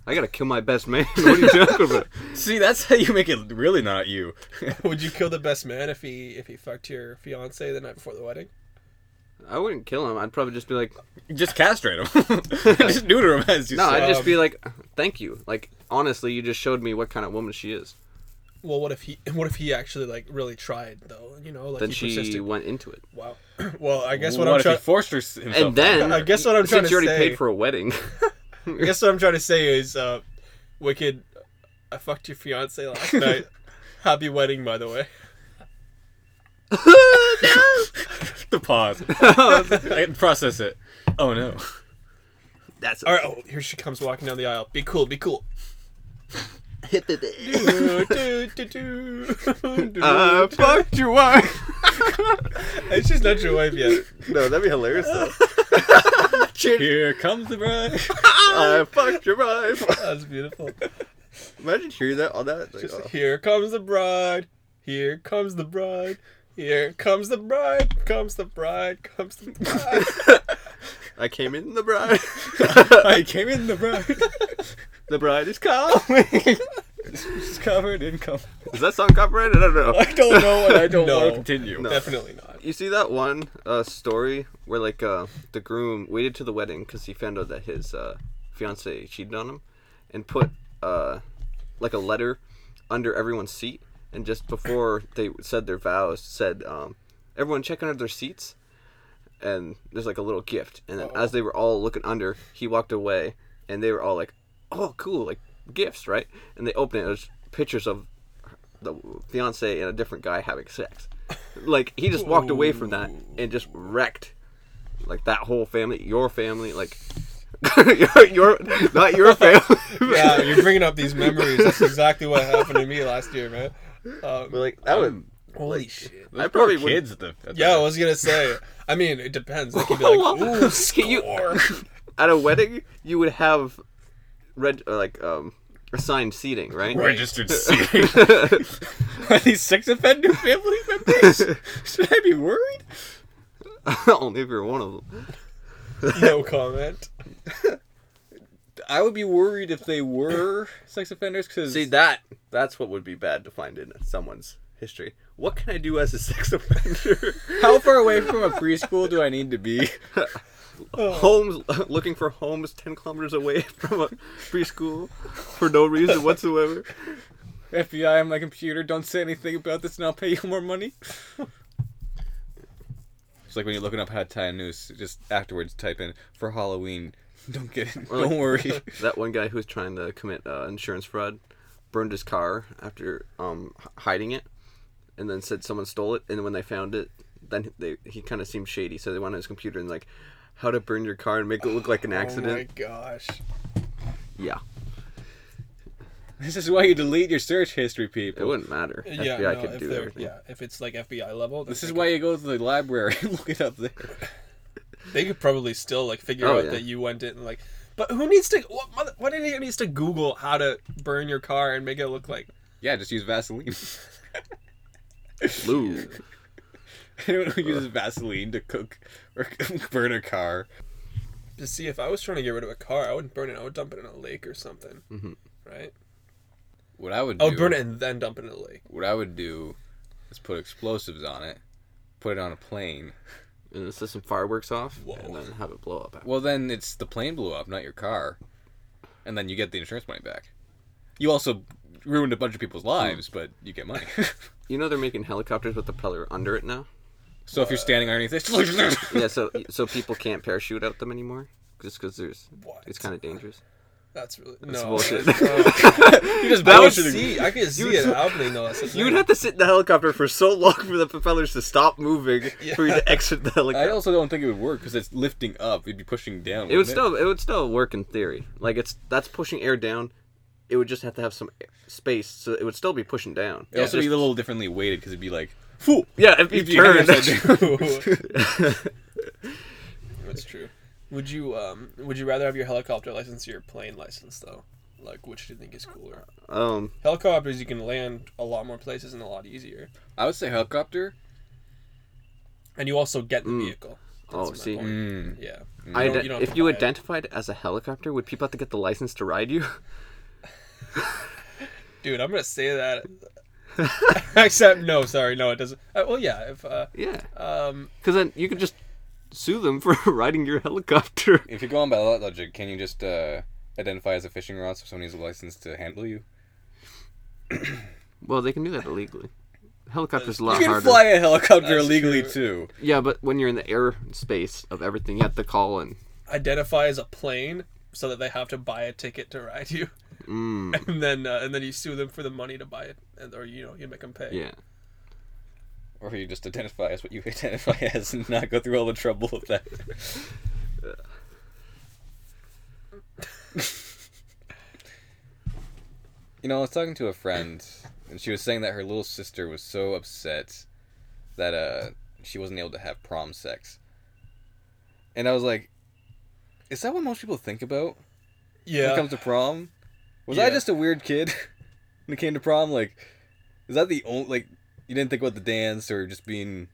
Speaker 2: I gotta kill my best man. What are you talking about?
Speaker 3: See, that's how you make it really not you.
Speaker 1: Would you kill the best man if he if he fucked your fiance the night before the wedding?
Speaker 2: I wouldn't kill him. I'd probably just be like,
Speaker 3: just castrate him. just neuter him as you
Speaker 2: no,
Speaker 3: say.
Speaker 2: I'd just
Speaker 1: Um,
Speaker 2: be like, thank you. Like, honestly, you just showed me what kind of woman she is.
Speaker 1: Well, what if he what if he actually like really tried though? You know, like
Speaker 2: Then
Speaker 1: he
Speaker 2: she
Speaker 1: persisted.
Speaker 2: went into it.
Speaker 1: Wow. well, I guess what,
Speaker 3: what
Speaker 1: I'm
Speaker 3: if he
Speaker 1: trying.
Speaker 3: forced her s- himself?
Speaker 2: And then,
Speaker 1: I guess what I'm trying
Speaker 2: since
Speaker 1: to
Speaker 2: you already
Speaker 1: say-
Speaker 2: paid for a wedding,
Speaker 1: I guess what I'm trying to say is, uh, wicked. I fucked your fiance last night. Happy wedding, by the way.
Speaker 3: the pause. I can process it. Oh no.
Speaker 2: that's
Speaker 1: All right. Oh, here she comes walking down the aisle. Be cool. Be cool.
Speaker 2: hit the day.
Speaker 1: Do, do, do, do, do.
Speaker 3: Uh,
Speaker 2: I fucked your wife.
Speaker 1: Hey, She's not your wife yet.
Speaker 2: No, that'd be hilarious though.
Speaker 3: Here comes the bride.
Speaker 2: I fucked your wife.
Speaker 1: That's beautiful.
Speaker 2: Imagine hearing that on that. Like, oh.
Speaker 1: Just here comes the bride. Here comes the bride. Here comes the bride. Comes the bride. Comes the bride.
Speaker 2: I came in the bride.
Speaker 3: I came in the bride.
Speaker 2: the bride is
Speaker 3: Oh,
Speaker 2: calling.
Speaker 3: She's covered in cum.
Speaker 2: Is that song copyrighted? I don't know.
Speaker 3: I don't know, and I don't
Speaker 1: No.
Speaker 3: want to continue.
Speaker 2: No.
Speaker 1: Definitely not.
Speaker 2: You see that one uh, story where like uh, the groom waited to the wedding because he found out that his uh, fiance cheated on him, and put uh, like a letter under everyone's seat, and just before they said their vows, said um, everyone check under their seats, and there's like a little gift, and then as they were all looking under, he walked away, and they were all like, oh cool, like gifts, right? And they opened it, it was pictures of the fiance and a different guy having sex. Like he just walked away from that and just wrecked like that whole family, your family, like your, your not your family.
Speaker 1: Yeah, you're bringing up these memories. That's exactly what happened to me last year, man.
Speaker 2: But,
Speaker 1: Um,
Speaker 2: like that would
Speaker 1: holy shit.
Speaker 3: Poor
Speaker 2: I probably would
Speaker 3: kids at the. At
Speaker 1: Yeah, I
Speaker 3: the,
Speaker 1: was gonna say. I mean, it depends. They could be like, ooh,
Speaker 2: you, at a wedding you would have red uh, like um assigned seating, right?
Speaker 3: registered seat. Are these sex offender family members? Should I be worried?
Speaker 2: Only if you're one of them.
Speaker 1: no comment.
Speaker 3: I would be worried if they were sex offenders because
Speaker 2: See that that's what would be bad to find in someone's history. What can I do as a sex offender?
Speaker 3: How far away from a preschool do I need to be?
Speaker 2: homes looking for homes 10 kilometers away from a preschool for no reason whatsoever.
Speaker 3: FBI on my computer, don't say anything about this and I'll pay you more money. It's like when you're looking up how to tie a noose, just afterwards type in for Halloween. Don't get it.
Speaker 2: Or like-
Speaker 3: Don't worry.
Speaker 2: That one guy who was trying to commit uh, insurance fraud burned his car after um, h- hiding it, and then said someone stole it. And when they found it, then they he kind of seemed shady, so they went on his computer and like, how to burn your car and make it look like an
Speaker 1: Oh my
Speaker 2: accident.
Speaker 1: gosh.
Speaker 2: yeah,
Speaker 3: This is why you delete your search history,
Speaker 2: it
Speaker 3: people.
Speaker 2: wouldn't matter.
Speaker 1: Yeah,
Speaker 2: FBI
Speaker 1: no,
Speaker 2: could
Speaker 1: if
Speaker 2: do
Speaker 1: they're-
Speaker 2: everything.
Speaker 1: Yeah, if it's like FBI level, then
Speaker 3: This is
Speaker 1: they
Speaker 3: why you go to the library and look it up there.
Speaker 1: could- they could probably still like figure
Speaker 2: Oh,
Speaker 1: out
Speaker 2: yeah.
Speaker 1: that you went it and like. But who needs to? What mother? What idiot needs to Google how to burn your car and make it look like?
Speaker 3: Yeah, just use Vaseline.
Speaker 2: Lou,
Speaker 3: Anyone who uses Vaseline to cook or burn a car.
Speaker 1: To see if I was trying to get rid of a car, I wouldn't burn it. I would dump it in a lake or something.
Speaker 2: Mhm.
Speaker 1: Right?
Speaker 3: What I would do,
Speaker 1: I would Oh, burn it and then dump it in a lake.
Speaker 3: What I would do is put explosives on it, put it on a plane.
Speaker 2: and then set some fireworks off, and
Speaker 1: Whoa.
Speaker 2: then have it blow up. After.
Speaker 3: Well, then it's the plane blew up, not your car, and then you get the insurance money back. You also ruined a bunch of people's lives, but you get money.
Speaker 2: You know they're making helicopters with the propeller under it now.
Speaker 3: so if you're standing underneath it,
Speaker 2: yeah, so so people can't parachute out them anymore, just because there's
Speaker 1: What?
Speaker 2: it's kind of dangerous.
Speaker 1: That's really
Speaker 2: That's
Speaker 1: no.
Speaker 2: bullshit.
Speaker 3: you just
Speaker 1: I would
Speaker 3: bullshitting.
Speaker 1: see. I could see it happening though. That's the
Speaker 2: You would
Speaker 1: thing.
Speaker 2: have to sit in the helicopter for so long for the propellers to stop moving for you to exit the
Speaker 3: I
Speaker 2: helicopter.
Speaker 3: also don't think it would work because it's lifting up. You'd be pushing down.
Speaker 2: It would
Speaker 3: wouldn't
Speaker 2: still it would still work in theory. Like it's that's pushing air down. It would just have to have some air- space, so it would still be pushing down.
Speaker 3: It'd also
Speaker 2: Just-
Speaker 3: be a little differently weighted because it'd be like, "Phew,
Speaker 2: yeah, if you
Speaker 3: if you hang
Speaker 2: turn.
Speaker 3: upside down."
Speaker 1: That's true. Would you um would you rather have your helicopter license or your plane license though? Like which do you think is cooler?
Speaker 2: um,
Speaker 1: Helicopters you can land a lot more places and a lot easier.
Speaker 3: I would say helicopter.
Speaker 1: And you also get the vehicle.
Speaker 2: Oh,
Speaker 1: my
Speaker 2: see.
Speaker 1: point.
Speaker 3: Mm.
Speaker 1: Yeah.
Speaker 2: I
Speaker 1: don't-
Speaker 2: ident-
Speaker 1: don't have
Speaker 2: if
Speaker 1: to
Speaker 2: you
Speaker 1: buy it.
Speaker 2: identified as a helicopter, would people have to get the license to ride you?
Speaker 1: Dude, I'm gonna say that except no, sorry, no, it doesn't uh, well yeah, if uh
Speaker 2: yeah,
Speaker 1: um
Speaker 2: because then you could just sue them for riding your helicopter.
Speaker 3: If you're going by that logic, can you just uh, identify as a fishing rod so someone needs a license to handle you?
Speaker 2: Well, they can do that illegally. Helicopters a lot
Speaker 3: you can
Speaker 2: harder.
Speaker 3: fly a helicopter
Speaker 1: That's
Speaker 3: illegally
Speaker 1: true.
Speaker 3: too.
Speaker 2: Yeah, but when you're in the airspace of everything, you have to call and
Speaker 1: identify as a plane so that they have to buy a ticket to ride you.
Speaker 2: mm,
Speaker 1: And then uh, and then you sue them for the money to buy it and or you know, you make them pay.
Speaker 2: yeah.
Speaker 3: Or you just identify as what you identify as and not go through all the trouble of that. you know, I was talking to a friend, and she was saying that her little sister was so upset that uh, she wasn't able to have prom sex. And I was like, is that what most people think about when it
Speaker 1: Yeah.
Speaker 3: comes to prom? Was I
Speaker 1: Yeah.
Speaker 3: just a weird kid when it came to prom? Like, is that the only like you didn't think about the dance or just being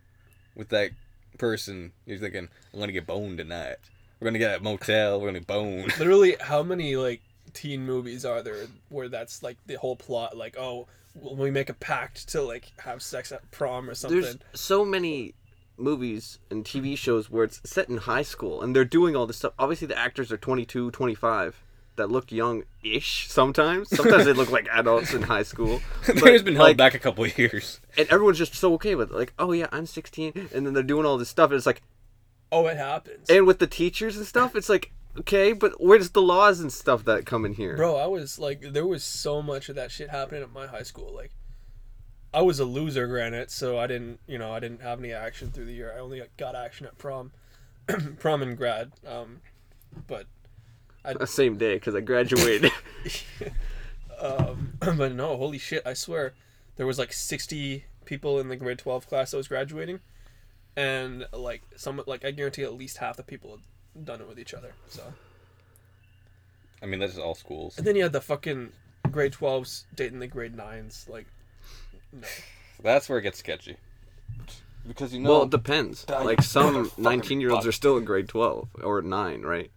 Speaker 3: with that person? You're thinking, I'm gonna get boned tonight. We're gonna get a motel. We're gonna bone.
Speaker 1: Literally how many like teen movies are there where that's like the whole plot like oh well, we make a pact to like have sex at prom or something.
Speaker 2: There's so many movies and TV shows where it's set in high school and they're doing all this stuff. Obviously, the actors are 22, 25 that look young ish sometimes. Sometimes they look like adults in high school. But,
Speaker 3: There's been held
Speaker 2: like,
Speaker 3: back a couple of years.
Speaker 2: And everyone's just so okay with it. Like, oh yeah, I'm 16. And then they're doing all this stuff. And it's like,
Speaker 1: oh it happens.
Speaker 2: and with the teachers and stuff, it's like, okay, but where's the laws and stuff that come in here?
Speaker 1: Bro, I was like, there was so much of that shit happening at my high school. Like, I was a loser, granted, so I didn't, you know, I didn't have any action through the year. I only got action at prom, prom and grad. Um, but
Speaker 2: Uh, Same day, because I graduated.
Speaker 1: but no, holy shit! I swear, there was like sixty people in the grade twelve class that was graduating, and like some, like I guarantee at least half the people had done it with each other. So,
Speaker 3: I mean, that's just all schools.
Speaker 1: and then you had the fucking grade twelves dating the grade nines, like.
Speaker 3: That's where it gets sketchy. Because you know,
Speaker 2: Well, it depends. Like some nineteen-year-olds are still in grade twelve or nine, right?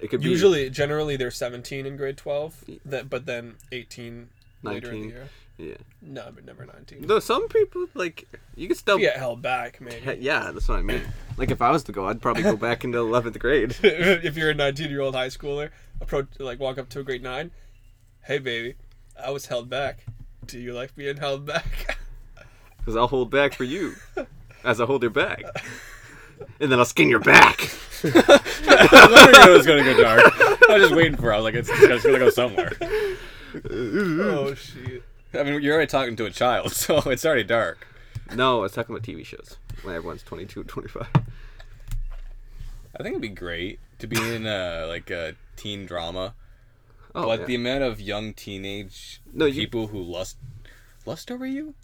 Speaker 2: It could be
Speaker 1: Usually, generally, they're 17 in grade 12, that, but then 18 later in the
Speaker 2: 19.
Speaker 1: year.
Speaker 2: Yeah.
Speaker 1: No, but never 19.
Speaker 2: Though some people like you could still.
Speaker 1: You get held back,
Speaker 2: He-
Speaker 1: maybe.
Speaker 2: Yeah, that's what I mean. Like if I was to go, I'd probably go back into eleventh grade.
Speaker 1: if you're a 19 year old high schooler, approach like walk up to a grade nine. Hey, baby, I was held back. Do you like being held back?
Speaker 2: Because I'll hold back for you as I hold her back. And then I'll skin your back.
Speaker 3: I was wondering if it was gonna go dark. I was just waiting for. it. I was like, it's, it's gonna go somewhere.
Speaker 2: Hmm.
Speaker 1: oh shit.
Speaker 3: I mean, you're already talking to a child, so it's already dark.
Speaker 2: No, I was talking about TV shows when everyone's 22 and 25.
Speaker 3: I think it'd be great to be in uh, like a teen drama,
Speaker 2: Oh,
Speaker 3: but
Speaker 2: yeah.
Speaker 3: the amount of young teenage
Speaker 2: No, you-
Speaker 3: people who lust lust over you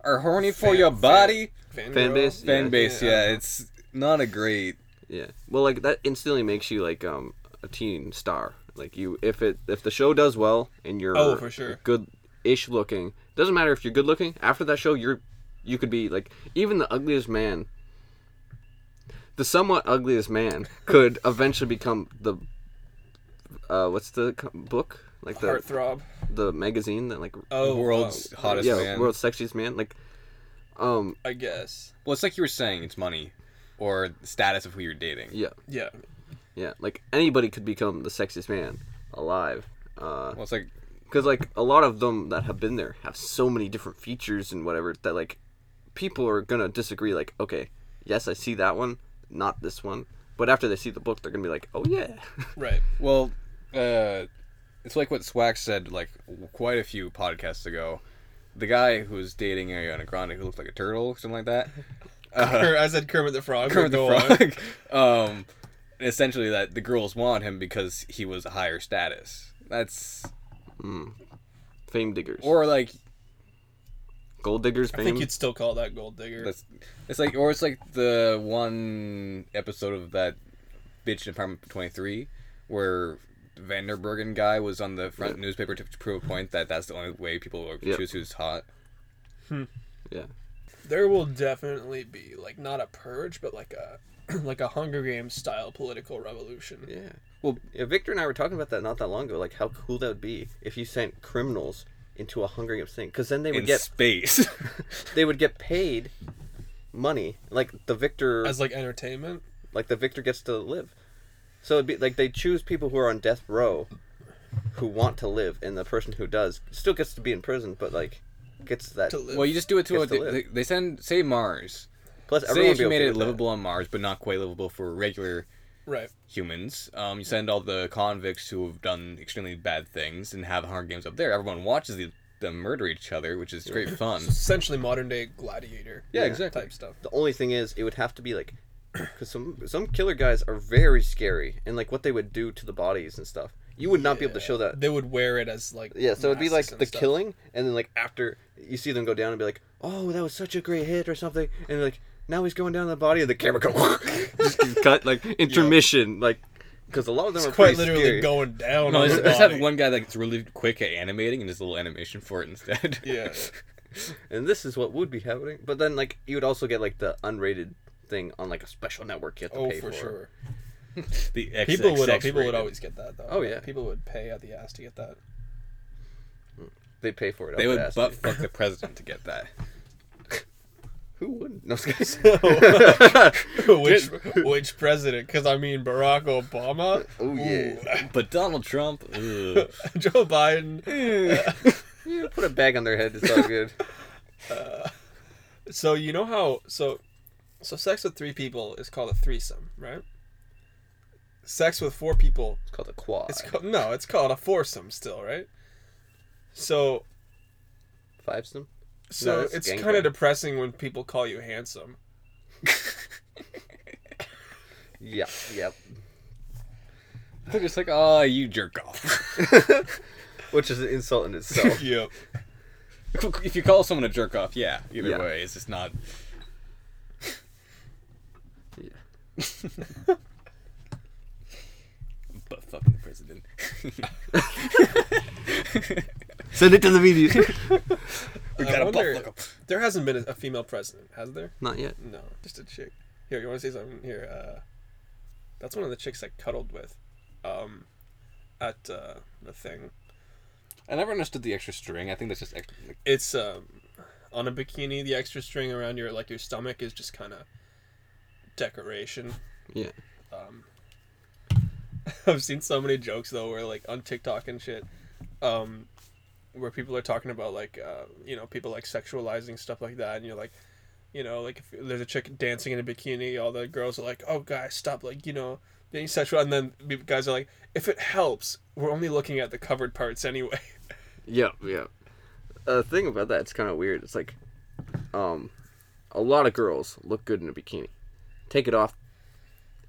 Speaker 3: are horny for your body
Speaker 2: Fan base?
Speaker 3: fan
Speaker 2: yeah. uh-huh.
Speaker 3: base.
Speaker 1: yeah, I
Speaker 3: Yeah,
Speaker 1: know.
Speaker 3: it's not a great.
Speaker 2: yeah. Well, like that instantly makes you like um a teen star. Like you, if it if the show does well and you're
Speaker 1: Oh, for sure.
Speaker 2: good-ish looking, doesn't matter if you're good looking. After that show, you're you could be like even the ugliest man, the somewhat ugliest man could eventually become the uh what's the co- book like the
Speaker 1: Heartthrob.
Speaker 2: the magazine that like
Speaker 1: Oh,
Speaker 3: world's
Speaker 1: wow.
Speaker 3: hottest
Speaker 2: yeah
Speaker 3: man.
Speaker 2: world's sexiest man like um
Speaker 1: I guess.
Speaker 3: Well, it's like you were saying, it's money or the status of who you're dating.
Speaker 2: yeah
Speaker 1: Yeah.
Speaker 2: yeah like anybody could become the sexiest man alive uh
Speaker 3: Well, it's like
Speaker 2: because like a lot of them that have been there have so many different features and whatever that like people are gonna disagree like okay yes i see that one not this one but after they see the book they're gonna be like oh yeah
Speaker 1: Right.
Speaker 3: Well, uh, it's like what Swag said like quite a few podcasts ago. The guy who was dating Ariana Grande who looked like a turtle or something like that. Uh,
Speaker 1: Ker- I said Kermit the Frog.
Speaker 3: Kermit the
Speaker 1: but go on.
Speaker 3: Frog. um, essentially, that the girls wanted him because he was a higher status. That's
Speaker 2: fame diggers or
Speaker 3: or like
Speaker 2: gold diggers fame
Speaker 1: I think you'd still call that Gold Digger.
Speaker 3: that's it's like or it's like the one episode of that bitch in Apartment Twenty Three where. Vanderbergen guy was on the front newspaper to, to prove a point that that's the only way people will
Speaker 2: Yep.
Speaker 3: choose who's hot.
Speaker 2: yeah
Speaker 1: there will definitely be like not a purge, but like a like a Hunger Games style political revolution.
Speaker 2: Yeah. Well, yeah, Victor and I were talking about that not that long ago. Like how cool that would be if you sent criminals into a Hunger Games thing, because then they would
Speaker 3: in
Speaker 2: get
Speaker 3: space.
Speaker 2: they would get paid money. Like the Victor,
Speaker 1: As like entertainment.
Speaker 2: like the Victor gets to live. So it'd be like they choose people who are on death row, who want to live, and the person who does still gets to be in prison, but like gets that.
Speaker 1: To live.
Speaker 3: well, you just do it to, a,
Speaker 2: Gets to live.
Speaker 3: they, they send say Mars.
Speaker 2: Plus,
Speaker 3: say
Speaker 2: everyone
Speaker 3: if
Speaker 2: would be
Speaker 3: you made
Speaker 2: okay
Speaker 3: it
Speaker 2: with that.
Speaker 3: livable on Mars, but not quite livable for regular
Speaker 1: Right.
Speaker 3: humans. Um, you send all the convicts who have done extremely bad things and have Hunger Games up there. Everyone watches the, them murder each other, which is great fun.
Speaker 1: Essentially modern day gladiator.
Speaker 3: Yeah, exactly.
Speaker 1: Type stuff.
Speaker 2: The only thing is, it would have to be like, because some some killer guys are very scary, and like what they would do to the bodies and stuff, you would not be able to show that.
Speaker 1: They would wear it as like
Speaker 2: Yeah, so it'd be like
Speaker 1: masks and
Speaker 2: the
Speaker 1: stuff.
Speaker 2: killing, and then like after you see them go down and be like, "Oh, that was such a great hit" or something, and like now he's going down the body, and the camera go just cut like intermission, like because a lot of them are
Speaker 1: It's
Speaker 2: quite
Speaker 1: quite
Speaker 2: pretty literally scary.
Speaker 1: literally going down.
Speaker 3: No, I
Speaker 1: on
Speaker 3: just,
Speaker 1: the
Speaker 3: I just have
Speaker 1: body.
Speaker 3: one guy that's really quick at animating and his little animation for it instead.
Speaker 1: Yeah.
Speaker 2: and this is what would be happening. But then like you would also get like the unrated thing on like a special network you have to
Speaker 1: Oh,
Speaker 2: pay
Speaker 1: for
Speaker 2: for.
Speaker 1: sure.
Speaker 3: the X,
Speaker 1: People would
Speaker 3: XX
Speaker 1: people would
Speaker 3: rated.
Speaker 1: always get that though.
Speaker 2: Oh,
Speaker 1: Like,
Speaker 2: yeah.
Speaker 1: People would pay out the ass to get that.
Speaker 2: They pay for it.
Speaker 3: They
Speaker 2: out
Speaker 3: would
Speaker 2: their ass.
Speaker 3: butt fuck the president to get that.
Speaker 2: Who wouldn't? No, guys.
Speaker 1: which which president? Because I mean Barack Obama.
Speaker 2: oh yeah.
Speaker 3: But Donald Trump, ugh.
Speaker 1: Joe Biden.
Speaker 2: yeah. Put a bag on their head. It's all good.
Speaker 1: So you know how so so sex with three people is called a threesome, right? Sex with four people
Speaker 2: It's called a quad.
Speaker 1: it's called no, it's called a foursome still, right? So
Speaker 2: five some.
Speaker 1: so
Speaker 2: that's
Speaker 1: it's
Speaker 2: gangbang.
Speaker 1: kind of depressing when people call you handsome.
Speaker 2: Yeah. Yep.
Speaker 3: they're just like, oh, you jerk off.
Speaker 2: Which is an insult in itself.
Speaker 1: Yep.
Speaker 3: if you call someone a jerk off, yeah. Either
Speaker 2: Yeah.
Speaker 3: way, it's just not.
Speaker 2: Yeah.
Speaker 3: But fucking the president.
Speaker 2: Send it to the media.
Speaker 3: we
Speaker 1: I
Speaker 3: got a
Speaker 1: wonder-
Speaker 3: butt fuck up.
Speaker 1: There hasn't been a, a female president, has there?
Speaker 2: Not yet.
Speaker 1: No, just a chick. Here, you want to see something? Here, uh, that's one of the chicks I cuddled with, um, at uh, the thing.
Speaker 3: I never understood the extra string. I think that's just ex- like,
Speaker 1: It's um, on a bikini. The extra string around your like your stomach is just kind of decoration.
Speaker 2: Yeah.
Speaker 1: Um, I've seen so many jokes though, where like on TikTok and shit, um, where people are talking about like, uh, you know, people like sexualizing stuff like that, and you're like, you know, like if there's a chick dancing in a bikini, all the girls are like, "Oh, guys, stop!" Like, you know, being sexual, and then the guys are like, "If it helps, we're only looking at the covered parts anyway."
Speaker 2: Yeah, yeah. Uh, The thing about that's kind of weird. It's like, um, a lot of girls look good in a bikini. Take it off,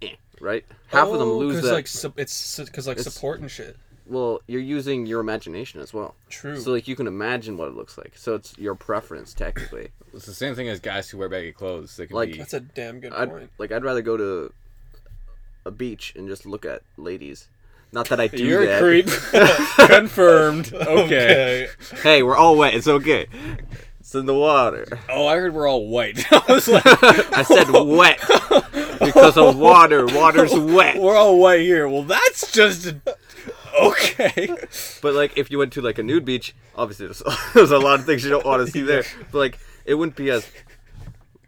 Speaker 2: eh, right? Half of them
Speaker 1: Oh,
Speaker 2: lose
Speaker 1: 'cause,
Speaker 2: that.
Speaker 1: Like, sup- it's because like
Speaker 2: It's-
Speaker 1: support and shit.
Speaker 2: Well, you're using your imagination as well.
Speaker 1: True.
Speaker 2: So like you can imagine what it looks like. So it's your preference technically.
Speaker 3: it's the same thing as guys who wear baggy clothes. They can
Speaker 2: Like-
Speaker 3: be,
Speaker 1: That's a damn good
Speaker 2: I'd
Speaker 1: point.
Speaker 2: like I'd rather go to a beach and just look at ladies. Not that I do
Speaker 3: you're
Speaker 2: that.
Speaker 3: a creep. Confirmed. Okay.
Speaker 2: Hey, we're all wet. It's okay. It's in the water.
Speaker 3: Oh, I heard we're all white. I was like,
Speaker 2: I said wet because of water. Water's wet.
Speaker 3: we're all white here. Well, that's just okay.
Speaker 2: But like, if you went to like a nude beach, obviously there's, there's a lot of things you don't want to see there. But like, it wouldn't be as,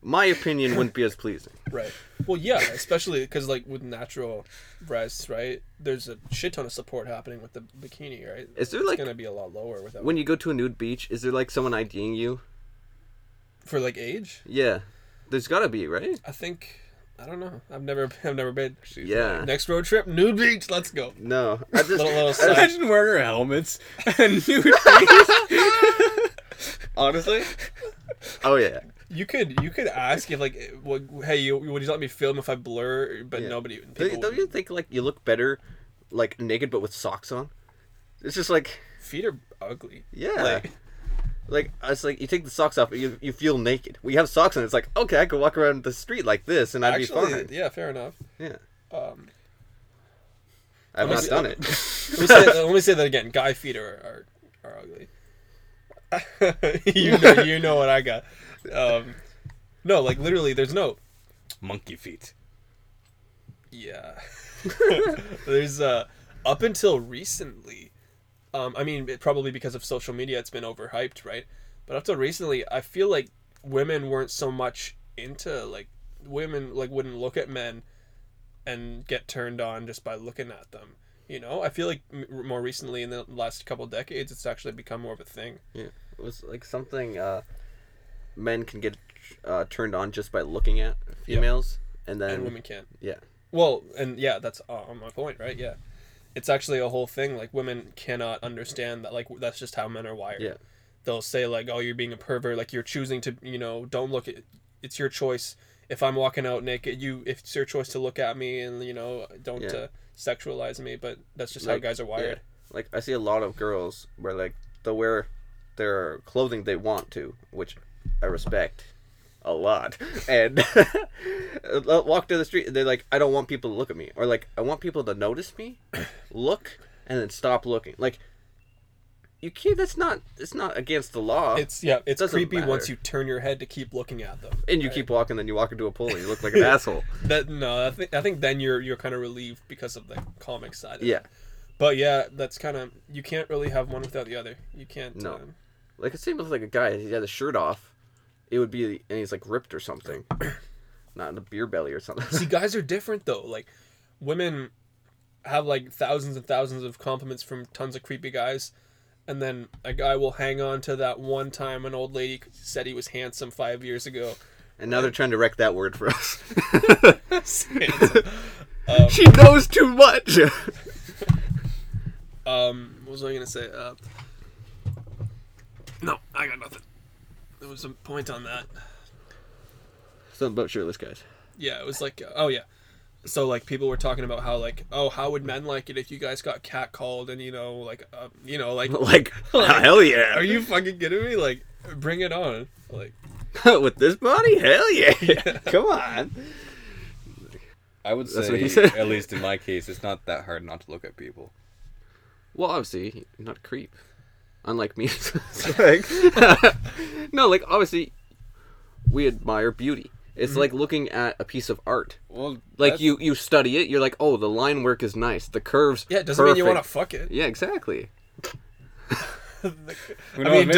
Speaker 2: my opinion wouldn't be as pleasing.
Speaker 1: Right. Well, yeah, especially because like with natural breasts, right? There's a shit ton of support happening with the bikini, right?
Speaker 2: Is there,
Speaker 1: it's
Speaker 2: like-
Speaker 1: gonna be a lot lower without
Speaker 2: When you go to a nude beach, is there like someone IDing you?
Speaker 1: for like age?
Speaker 2: Yeah, there's gotta be, right?
Speaker 1: I think I don't know. I've never I've never been.
Speaker 2: Yeah.
Speaker 1: Next road trip, nude beach. Let's go.
Speaker 2: No, I just
Speaker 1: Little little side.
Speaker 3: Imagine wearing our helmets and you would
Speaker 2: honestly. Oh yeah.
Speaker 1: You could you could ask if like it- what, hey you, would you let me film if I blur? But
Speaker 2: Yeah.
Speaker 1: nobody.
Speaker 2: Don't,
Speaker 1: People,
Speaker 2: don't you think like you look better, like naked but with socks on? It's just like
Speaker 1: Feet are ugly.
Speaker 2: yeah.
Speaker 1: Like-
Speaker 2: Like, it's like you take the socks off, you you feel naked. We have socks on. It's like okay, I could walk around the street like this and I'd be
Speaker 1: Actually,
Speaker 2: fine.
Speaker 1: yeah, fair enough.
Speaker 2: Yeah.
Speaker 1: Um,
Speaker 2: I've
Speaker 1: Let
Speaker 2: not
Speaker 1: me
Speaker 2: done it.
Speaker 1: let, me say, let me say that again. Guy feet are are, are ugly. you know, you know what I got. Um, no, like literally, there's no.
Speaker 3: monkey feet.
Speaker 1: Yeah. there's uh, up until recently. Um, I mean, it, probably because of social media, it's been overhyped, right? But up till recently, I feel like women weren't so much into like women like wouldn't look at men and get turned on just by looking at them. You know, I feel like m- more recently in the last couple decades, it's actually become more of a thing.
Speaker 2: yeah. It was like something uh, men can get uh, turned on just by looking at females, and then
Speaker 1: and women can't.
Speaker 2: yeah.
Speaker 1: Well, and yeah, that's uh, on my point, right? Yeah, it's actually a whole thing. Like women cannot understand that. Like that's just how men are wired.
Speaker 2: Yeah.
Speaker 1: They'll say like, "Oh, you're being a pervert. Like you're choosing to, you know, don't look at. It's your choice. If I'm walking out naked, you, if it's your choice to look at me and you know, don't
Speaker 2: Yeah.
Speaker 1: uh, sexualize me. But that's just
Speaker 2: Like,
Speaker 1: how guys are wired.
Speaker 2: Yeah. Like I see a lot of girls where like they'll wear their clothing they want to, which I respect a lot. And they'll walk down the street and they're like, I don't want people to look at me. Or like I want people to notice me, look, and then stop looking. Like you can't that's not it's not against the law.
Speaker 1: It's yeah, it's
Speaker 2: Doesn't
Speaker 1: creepy once
Speaker 2: matter.
Speaker 1: you turn your head to keep looking at them.
Speaker 2: and you keep walking, then you walk into a pool and you look like an asshole.
Speaker 1: That no, I think I think then you're you're kind of relieved because of the comic side. Of it.
Speaker 2: Yeah.
Speaker 1: But yeah, that's kind of you can't really have one without the other. You can't.
Speaker 2: No.
Speaker 1: um,
Speaker 2: Like it seemed like a guy. He had a shirt off. It would be, and he's like ripped or something, not in a beer belly or
Speaker 1: see,
Speaker 2: something.
Speaker 1: guys are different though. Like, women have like thousands and thousands of compliments from tons of creepy guys, and then a guy will hang on to that one time an old lady said he was handsome five years ago.
Speaker 2: and now they're trying to wreck that word for us.
Speaker 1: Um,
Speaker 2: she knows too much.
Speaker 1: um, what was I gonna say? Uh, no, I got nothing. There was a point on that.
Speaker 2: Something about shirtless guys.
Speaker 1: Yeah, it was like, uh, oh yeah. So like people were talking about how like, oh, how would men like it if you guys got catcalled and you know like, uh, you know like,
Speaker 2: Like hell yeah.
Speaker 1: are you fucking kidding me? Like, bring it on. Like,
Speaker 2: with this body? Hell yeah. Come on.
Speaker 3: I would say,
Speaker 2: That's what he said.
Speaker 3: at least in my case, it's not that hard not to look at people.
Speaker 2: Well, obviously, you're not a creep. Unlike me. It's like- no, like obviously, we admire beauty. It's like looking at a piece of art.
Speaker 3: Well,
Speaker 2: Like you, you study it. You're like, oh, the line work is nice. The curves.
Speaker 1: yeah, it doesn't mean you want to fuck it.
Speaker 2: Yeah, exactly.
Speaker 3: Who
Speaker 1: I
Speaker 3: knows,
Speaker 1: mean,
Speaker 3: maybe-
Speaker 1: it
Speaker 3: maybe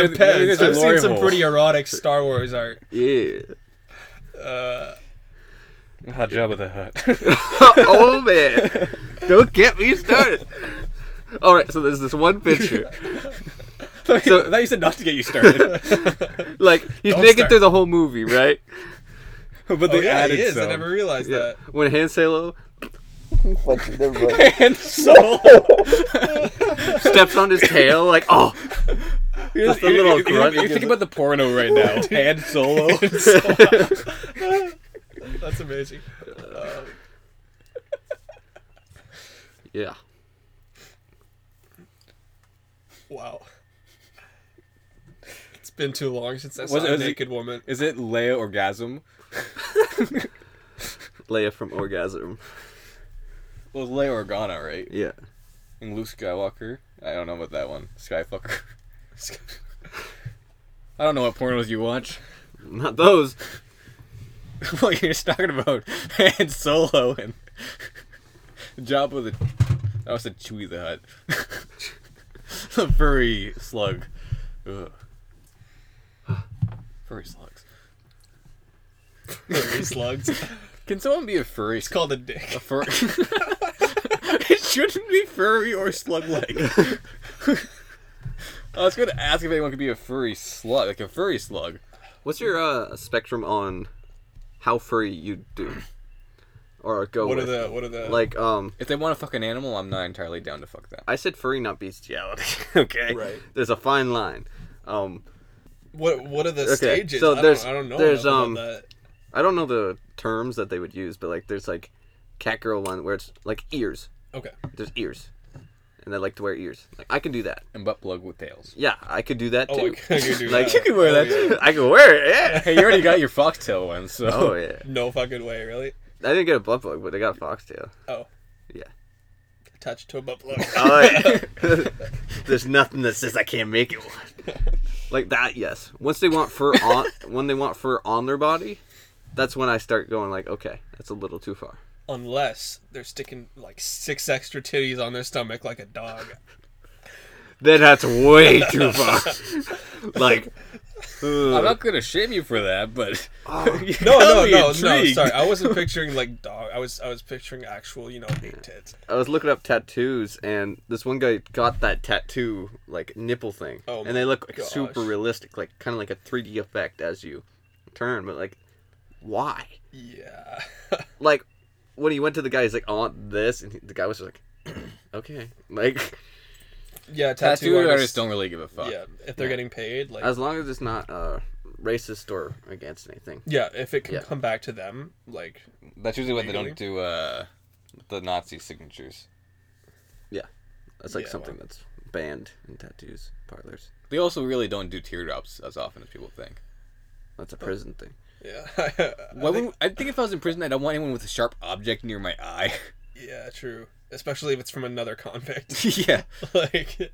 Speaker 3: there's
Speaker 1: depends.
Speaker 3: a
Speaker 1: I've seen
Speaker 3: glory
Speaker 1: some
Speaker 3: hole.
Speaker 1: pretty erotic Star Wars art.
Speaker 2: Yeah.
Speaker 1: Uh,
Speaker 3: Hot job with the hut.
Speaker 2: oh man, don't get me started. All right, so there's this one picture.
Speaker 3: so,
Speaker 2: So-
Speaker 3: I thought you said not to get you started,
Speaker 2: Like he's
Speaker 1: Don't
Speaker 2: naked
Speaker 1: start.
Speaker 2: through the whole movie, right?
Speaker 3: but
Speaker 1: oh,
Speaker 3: they
Speaker 1: yeah,
Speaker 3: added
Speaker 1: he is.
Speaker 3: some.
Speaker 1: I never realized
Speaker 2: Yeah.
Speaker 1: that.
Speaker 2: When Han Solo
Speaker 3: and so
Speaker 2: steps on his tail, like oh,
Speaker 3: you're,
Speaker 2: Just a little
Speaker 3: you
Speaker 2: grunt.
Speaker 3: you're thinking about the porno right now. and Solo.
Speaker 1: That's amazing. Uh,
Speaker 2: yeah.
Speaker 1: wow. It's been too long since I saw
Speaker 3: Was it-
Speaker 1: a
Speaker 3: was it-
Speaker 1: naked woman.
Speaker 3: Is it Leia orgasm?
Speaker 2: Leia from Orgasm.
Speaker 3: Well, it's Leia Organa, right?
Speaker 2: Yeah.
Speaker 3: And Luke Skywalker. I don't know about that one. Skyfucker. I don't know what pornos you watch.
Speaker 2: Not those.
Speaker 3: what you're just talking about. and Solo and job with a. That was a Chewie the Hut. the furry slug. Ugh. Furry slugs.
Speaker 1: Furry slugs. It's
Speaker 3: Can someone be a furry? It's
Speaker 1: called a dick.
Speaker 3: a fur. it shouldn't be furry or slug-like. I was going to ask if anyone could be a furry slug, like a furry slug.
Speaker 2: What's your uh, spectrum on how furry you do or
Speaker 3: Oh,
Speaker 2: go
Speaker 1: What are
Speaker 2: with?
Speaker 1: the what are the
Speaker 2: Like um,
Speaker 3: If they want to fuck an animal, I'm not entirely down to fuck that.
Speaker 2: I said furry, not bestiality. okay.
Speaker 1: Right.
Speaker 2: There's a fine line. Um,
Speaker 1: what what are the stages?
Speaker 2: so
Speaker 1: I,
Speaker 2: there's-
Speaker 1: don't, I don't know.
Speaker 2: there's,
Speaker 1: enough
Speaker 2: um,
Speaker 1: about that.
Speaker 2: I don't know the terms that they would use, but like there's like cat girl one where it's like ears.
Speaker 1: Okay.
Speaker 2: There's ears, and they like to wear ears. Like I can do that.
Speaker 3: And butt plug with tails.
Speaker 2: Yeah, I could do that
Speaker 1: Oh, I
Speaker 2: too.
Speaker 1: can- I can do
Speaker 2: like
Speaker 1: that. You could
Speaker 3: wear
Speaker 1: Oh,
Speaker 3: that
Speaker 1: yeah.
Speaker 2: I can wear it. Yeah.
Speaker 3: Hey, you already got your foxtail one, so.
Speaker 2: Oh yeah.
Speaker 1: No fucking way, really.
Speaker 2: I didn't get a butt plug, but I got a foxtail.
Speaker 1: Oh.
Speaker 2: Yeah.
Speaker 1: Attached to a butt plug.
Speaker 2: Oh yeah. there's nothing that says I can't make it one. Like that, yes. Once they want fur on, when they want fur on their body, that's when I start going like, okay, that's a little too far.
Speaker 1: Unless they're sticking like six extra titties on their stomach like a dog.
Speaker 2: Then that's way too far. like.
Speaker 3: I'm not gonna shame you for that, but You
Speaker 1: No,
Speaker 3: got
Speaker 1: no,
Speaker 3: me
Speaker 1: no, no.
Speaker 3: intrigued.
Speaker 1: Sorry, I wasn't picturing like dog. I was, I was picturing actual, you know, big tits.
Speaker 2: I was looking up tattoos, and this one guy got that tattoo like nipple thing,
Speaker 1: Oh my
Speaker 2: and they look like,
Speaker 1: gosh.
Speaker 2: super realistic, like kind of like a three D effect as you turn. But like, why?
Speaker 1: Yeah.
Speaker 2: Like, when he went to the guy, he's like, "I want this," and he, the guy was just like, "Okay." Like,
Speaker 1: yeah, tattoo,
Speaker 3: tattoo
Speaker 1: artists.
Speaker 3: artists don't really give a fuck.
Speaker 1: Yeah, if they're getting paid, like.
Speaker 2: as long as it's not uh, racist or against anything.
Speaker 1: yeah, if it can
Speaker 2: Yeah.
Speaker 1: come back to them, like
Speaker 3: That's usually what they
Speaker 1: Legally?
Speaker 3: don't do. Uh, the Nazi signatures.
Speaker 2: That's like
Speaker 1: Yeah,
Speaker 2: something
Speaker 1: well.
Speaker 2: that's banned in tattoos parlors.
Speaker 3: They also really don't do teardrops as often as people think.
Speaker 2: That's a prison thing.
Speaker 1: yeah,
Speaker 3: Why would- I, think, if I was in prison, I don't want anyone with a sharp object near my eye.
Speaker 1: yeah, true. Especially if it's from another convict.
Speaker 3: yeah.
Speaker 1: like,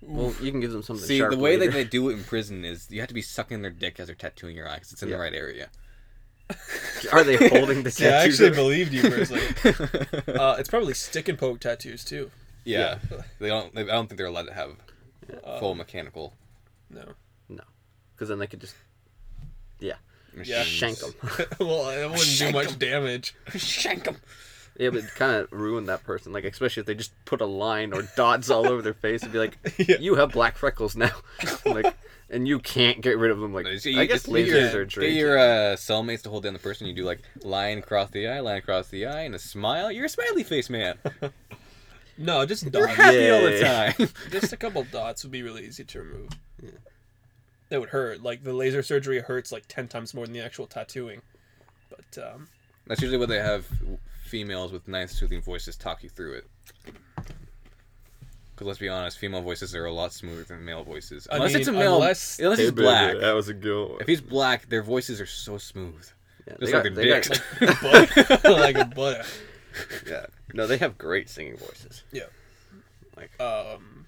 Speaker 2: Well, you can give them something.
Speaker 3: See,
Speaker 2: sharp
Speaker 3: the way that
Speaker 2: later.
Speaker 3: they do it in prison is you have to be sucking their dick as they're tattooing your eye because it's in
Speaker 2: Yeah.
Speaker 3: the right area.
Speaker 2: are they holding the tattoo?
Speaker 1: yeah, I actually believed you for a second. Uh, it's probably stick and poke tattoos too.
Speaker 3: Yeah. They don't. They, I don't think they're allowed to have
Speaker 2: Uh,
Speaker 3: full mechanical.
Speaker 1: No.
Speaker 2: No, because then they could just yeah
Speaker 1: Yeah.
Speaker 2: shank them.
Speaker 1: well, it wouldn't do much damage.
Speaker 3: Shank them.
Speaker 2: yeah, but kind of ruin that person. Like especially if they just put a line or dots all over their face and be like,
Speaker 1: Yeah.
Speaker 2: "You have black freckles now," like, and you can't get rid of them. Like
Speaker 3: No, you- you
Speaker 2: I guess
Speaker 3: just get
Speaker 2: laser
Speaker 3: your-
Speaker 2: surgery.
Speaker 3: Get your uh, cellmates to hold down the person. You do like line across the eye, line across the eye, and a smile. You're a smiley face man.
Speaker 1: No, just
Speaker 3: You're
Speaker 1: dots.
Speaker 3: happy all the
Speaker 2: Yay.
Speaker 3: time.
Speaker 1: just a couple dots would be really easy to remove. That would hurt. Like the laser surgery hurts like ten times more than the actual tattooing. But um,
Speaker 3: That's usually what they have females with nice soothing voices talk you through it. Because let's be honest, female voices are a lot smoother than male voices.
Speaker 1: I
Speaker 3: Unless
Speaker 1: mean,
Speaker 3: it's a male,
Speaker 1: unless-
Speaker 3: unless, he's black.
Speaker 2: was a good one.
Speaker 3: If he's black, their voices are so smooth.
Speaker 2: Yeah,
Speaker 3: Just
Speaker 2: they
Speaker 3: like
Speaker 2: got-
Speaker 3: their
Speaker 2: they
Speaker 3: dicks.
Speaker 2: got-
Speaker 1: but, like a butt.
Speaker 2: yeah. No, they have great singing voices.
Speaker 1: Yeah.
Speaker 2: Like
Speaker 1: Um.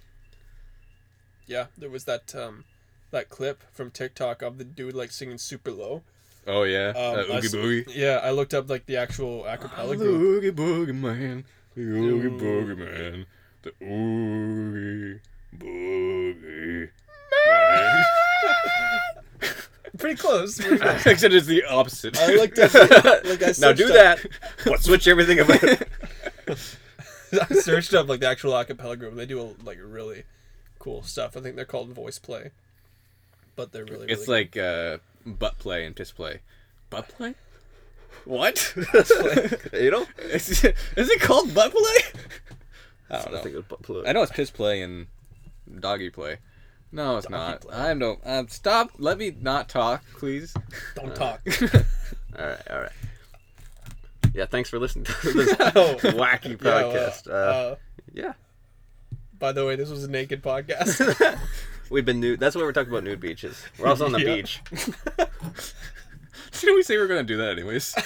Speaker 1: Yeah, there was that um, that clip from TikTok of the dude like singing super low.
Speaker 3: oh yeah,
Speaker 1: Um,
Speaker 3: uh,
Speaker 1: I
Speaker 3: oogie
Speaker 1: s-
Speaker 3: boogie.
Speaker 1: Yeah, I looked up like the actual acapella
Speaker 3: The
Speaker 1: group.
Speaker 3: oogie boogie man, the oogie boogie man, the oogie boogie
Speaker 1: Pretty close.
Speaker 3: Except it's the opposite.
Speaker 4: I looked up. Like I
Speaker 2: now
Speaker 4: searched
Speaker 2: do
Speaker 4: up-
Speaker 2: that. What switch everything about?
Speaker 1: I searched up like the actual acapella group. They do like really cool stuff. I think they're called voice play, but they're really.
Speaker 3: It's
Speaker 1: really
Speaker 3: like uh, butt play and piss play. Butt play?
Speaker 4: What?
Speaker 2: you know?
Speaker 3: is it called butt play? I don't
Speaker 2: I think
Speaker 3: know.
Speaker 2: it would plug.
Speaker 3: I know it's piss play and doggy play. No, it's not.
Speaker 1: play.
Speaker 3: I don't. Um, stop. Let me not talk, please.
Speaker 1: don't talk.
Speaker 2: All right, all right. Yeah, thanks for listening to this
Speaker 1: Oh, yo,
Speaker 2: wacky
Speaker 1: uh,
Speaker 2: podcast. uh,
Speaker 1: uh,
Speaker 2: yeah,
Speaker 1: by the way, this was a naked podcast.
Speaker 2: we've been nude. That's why we're talking about nude beaches. We're also on the
Speaker 1: Yeah.
Speaker 2: beach.
Speaker 3: Didn't we say we are gonna do that anyways?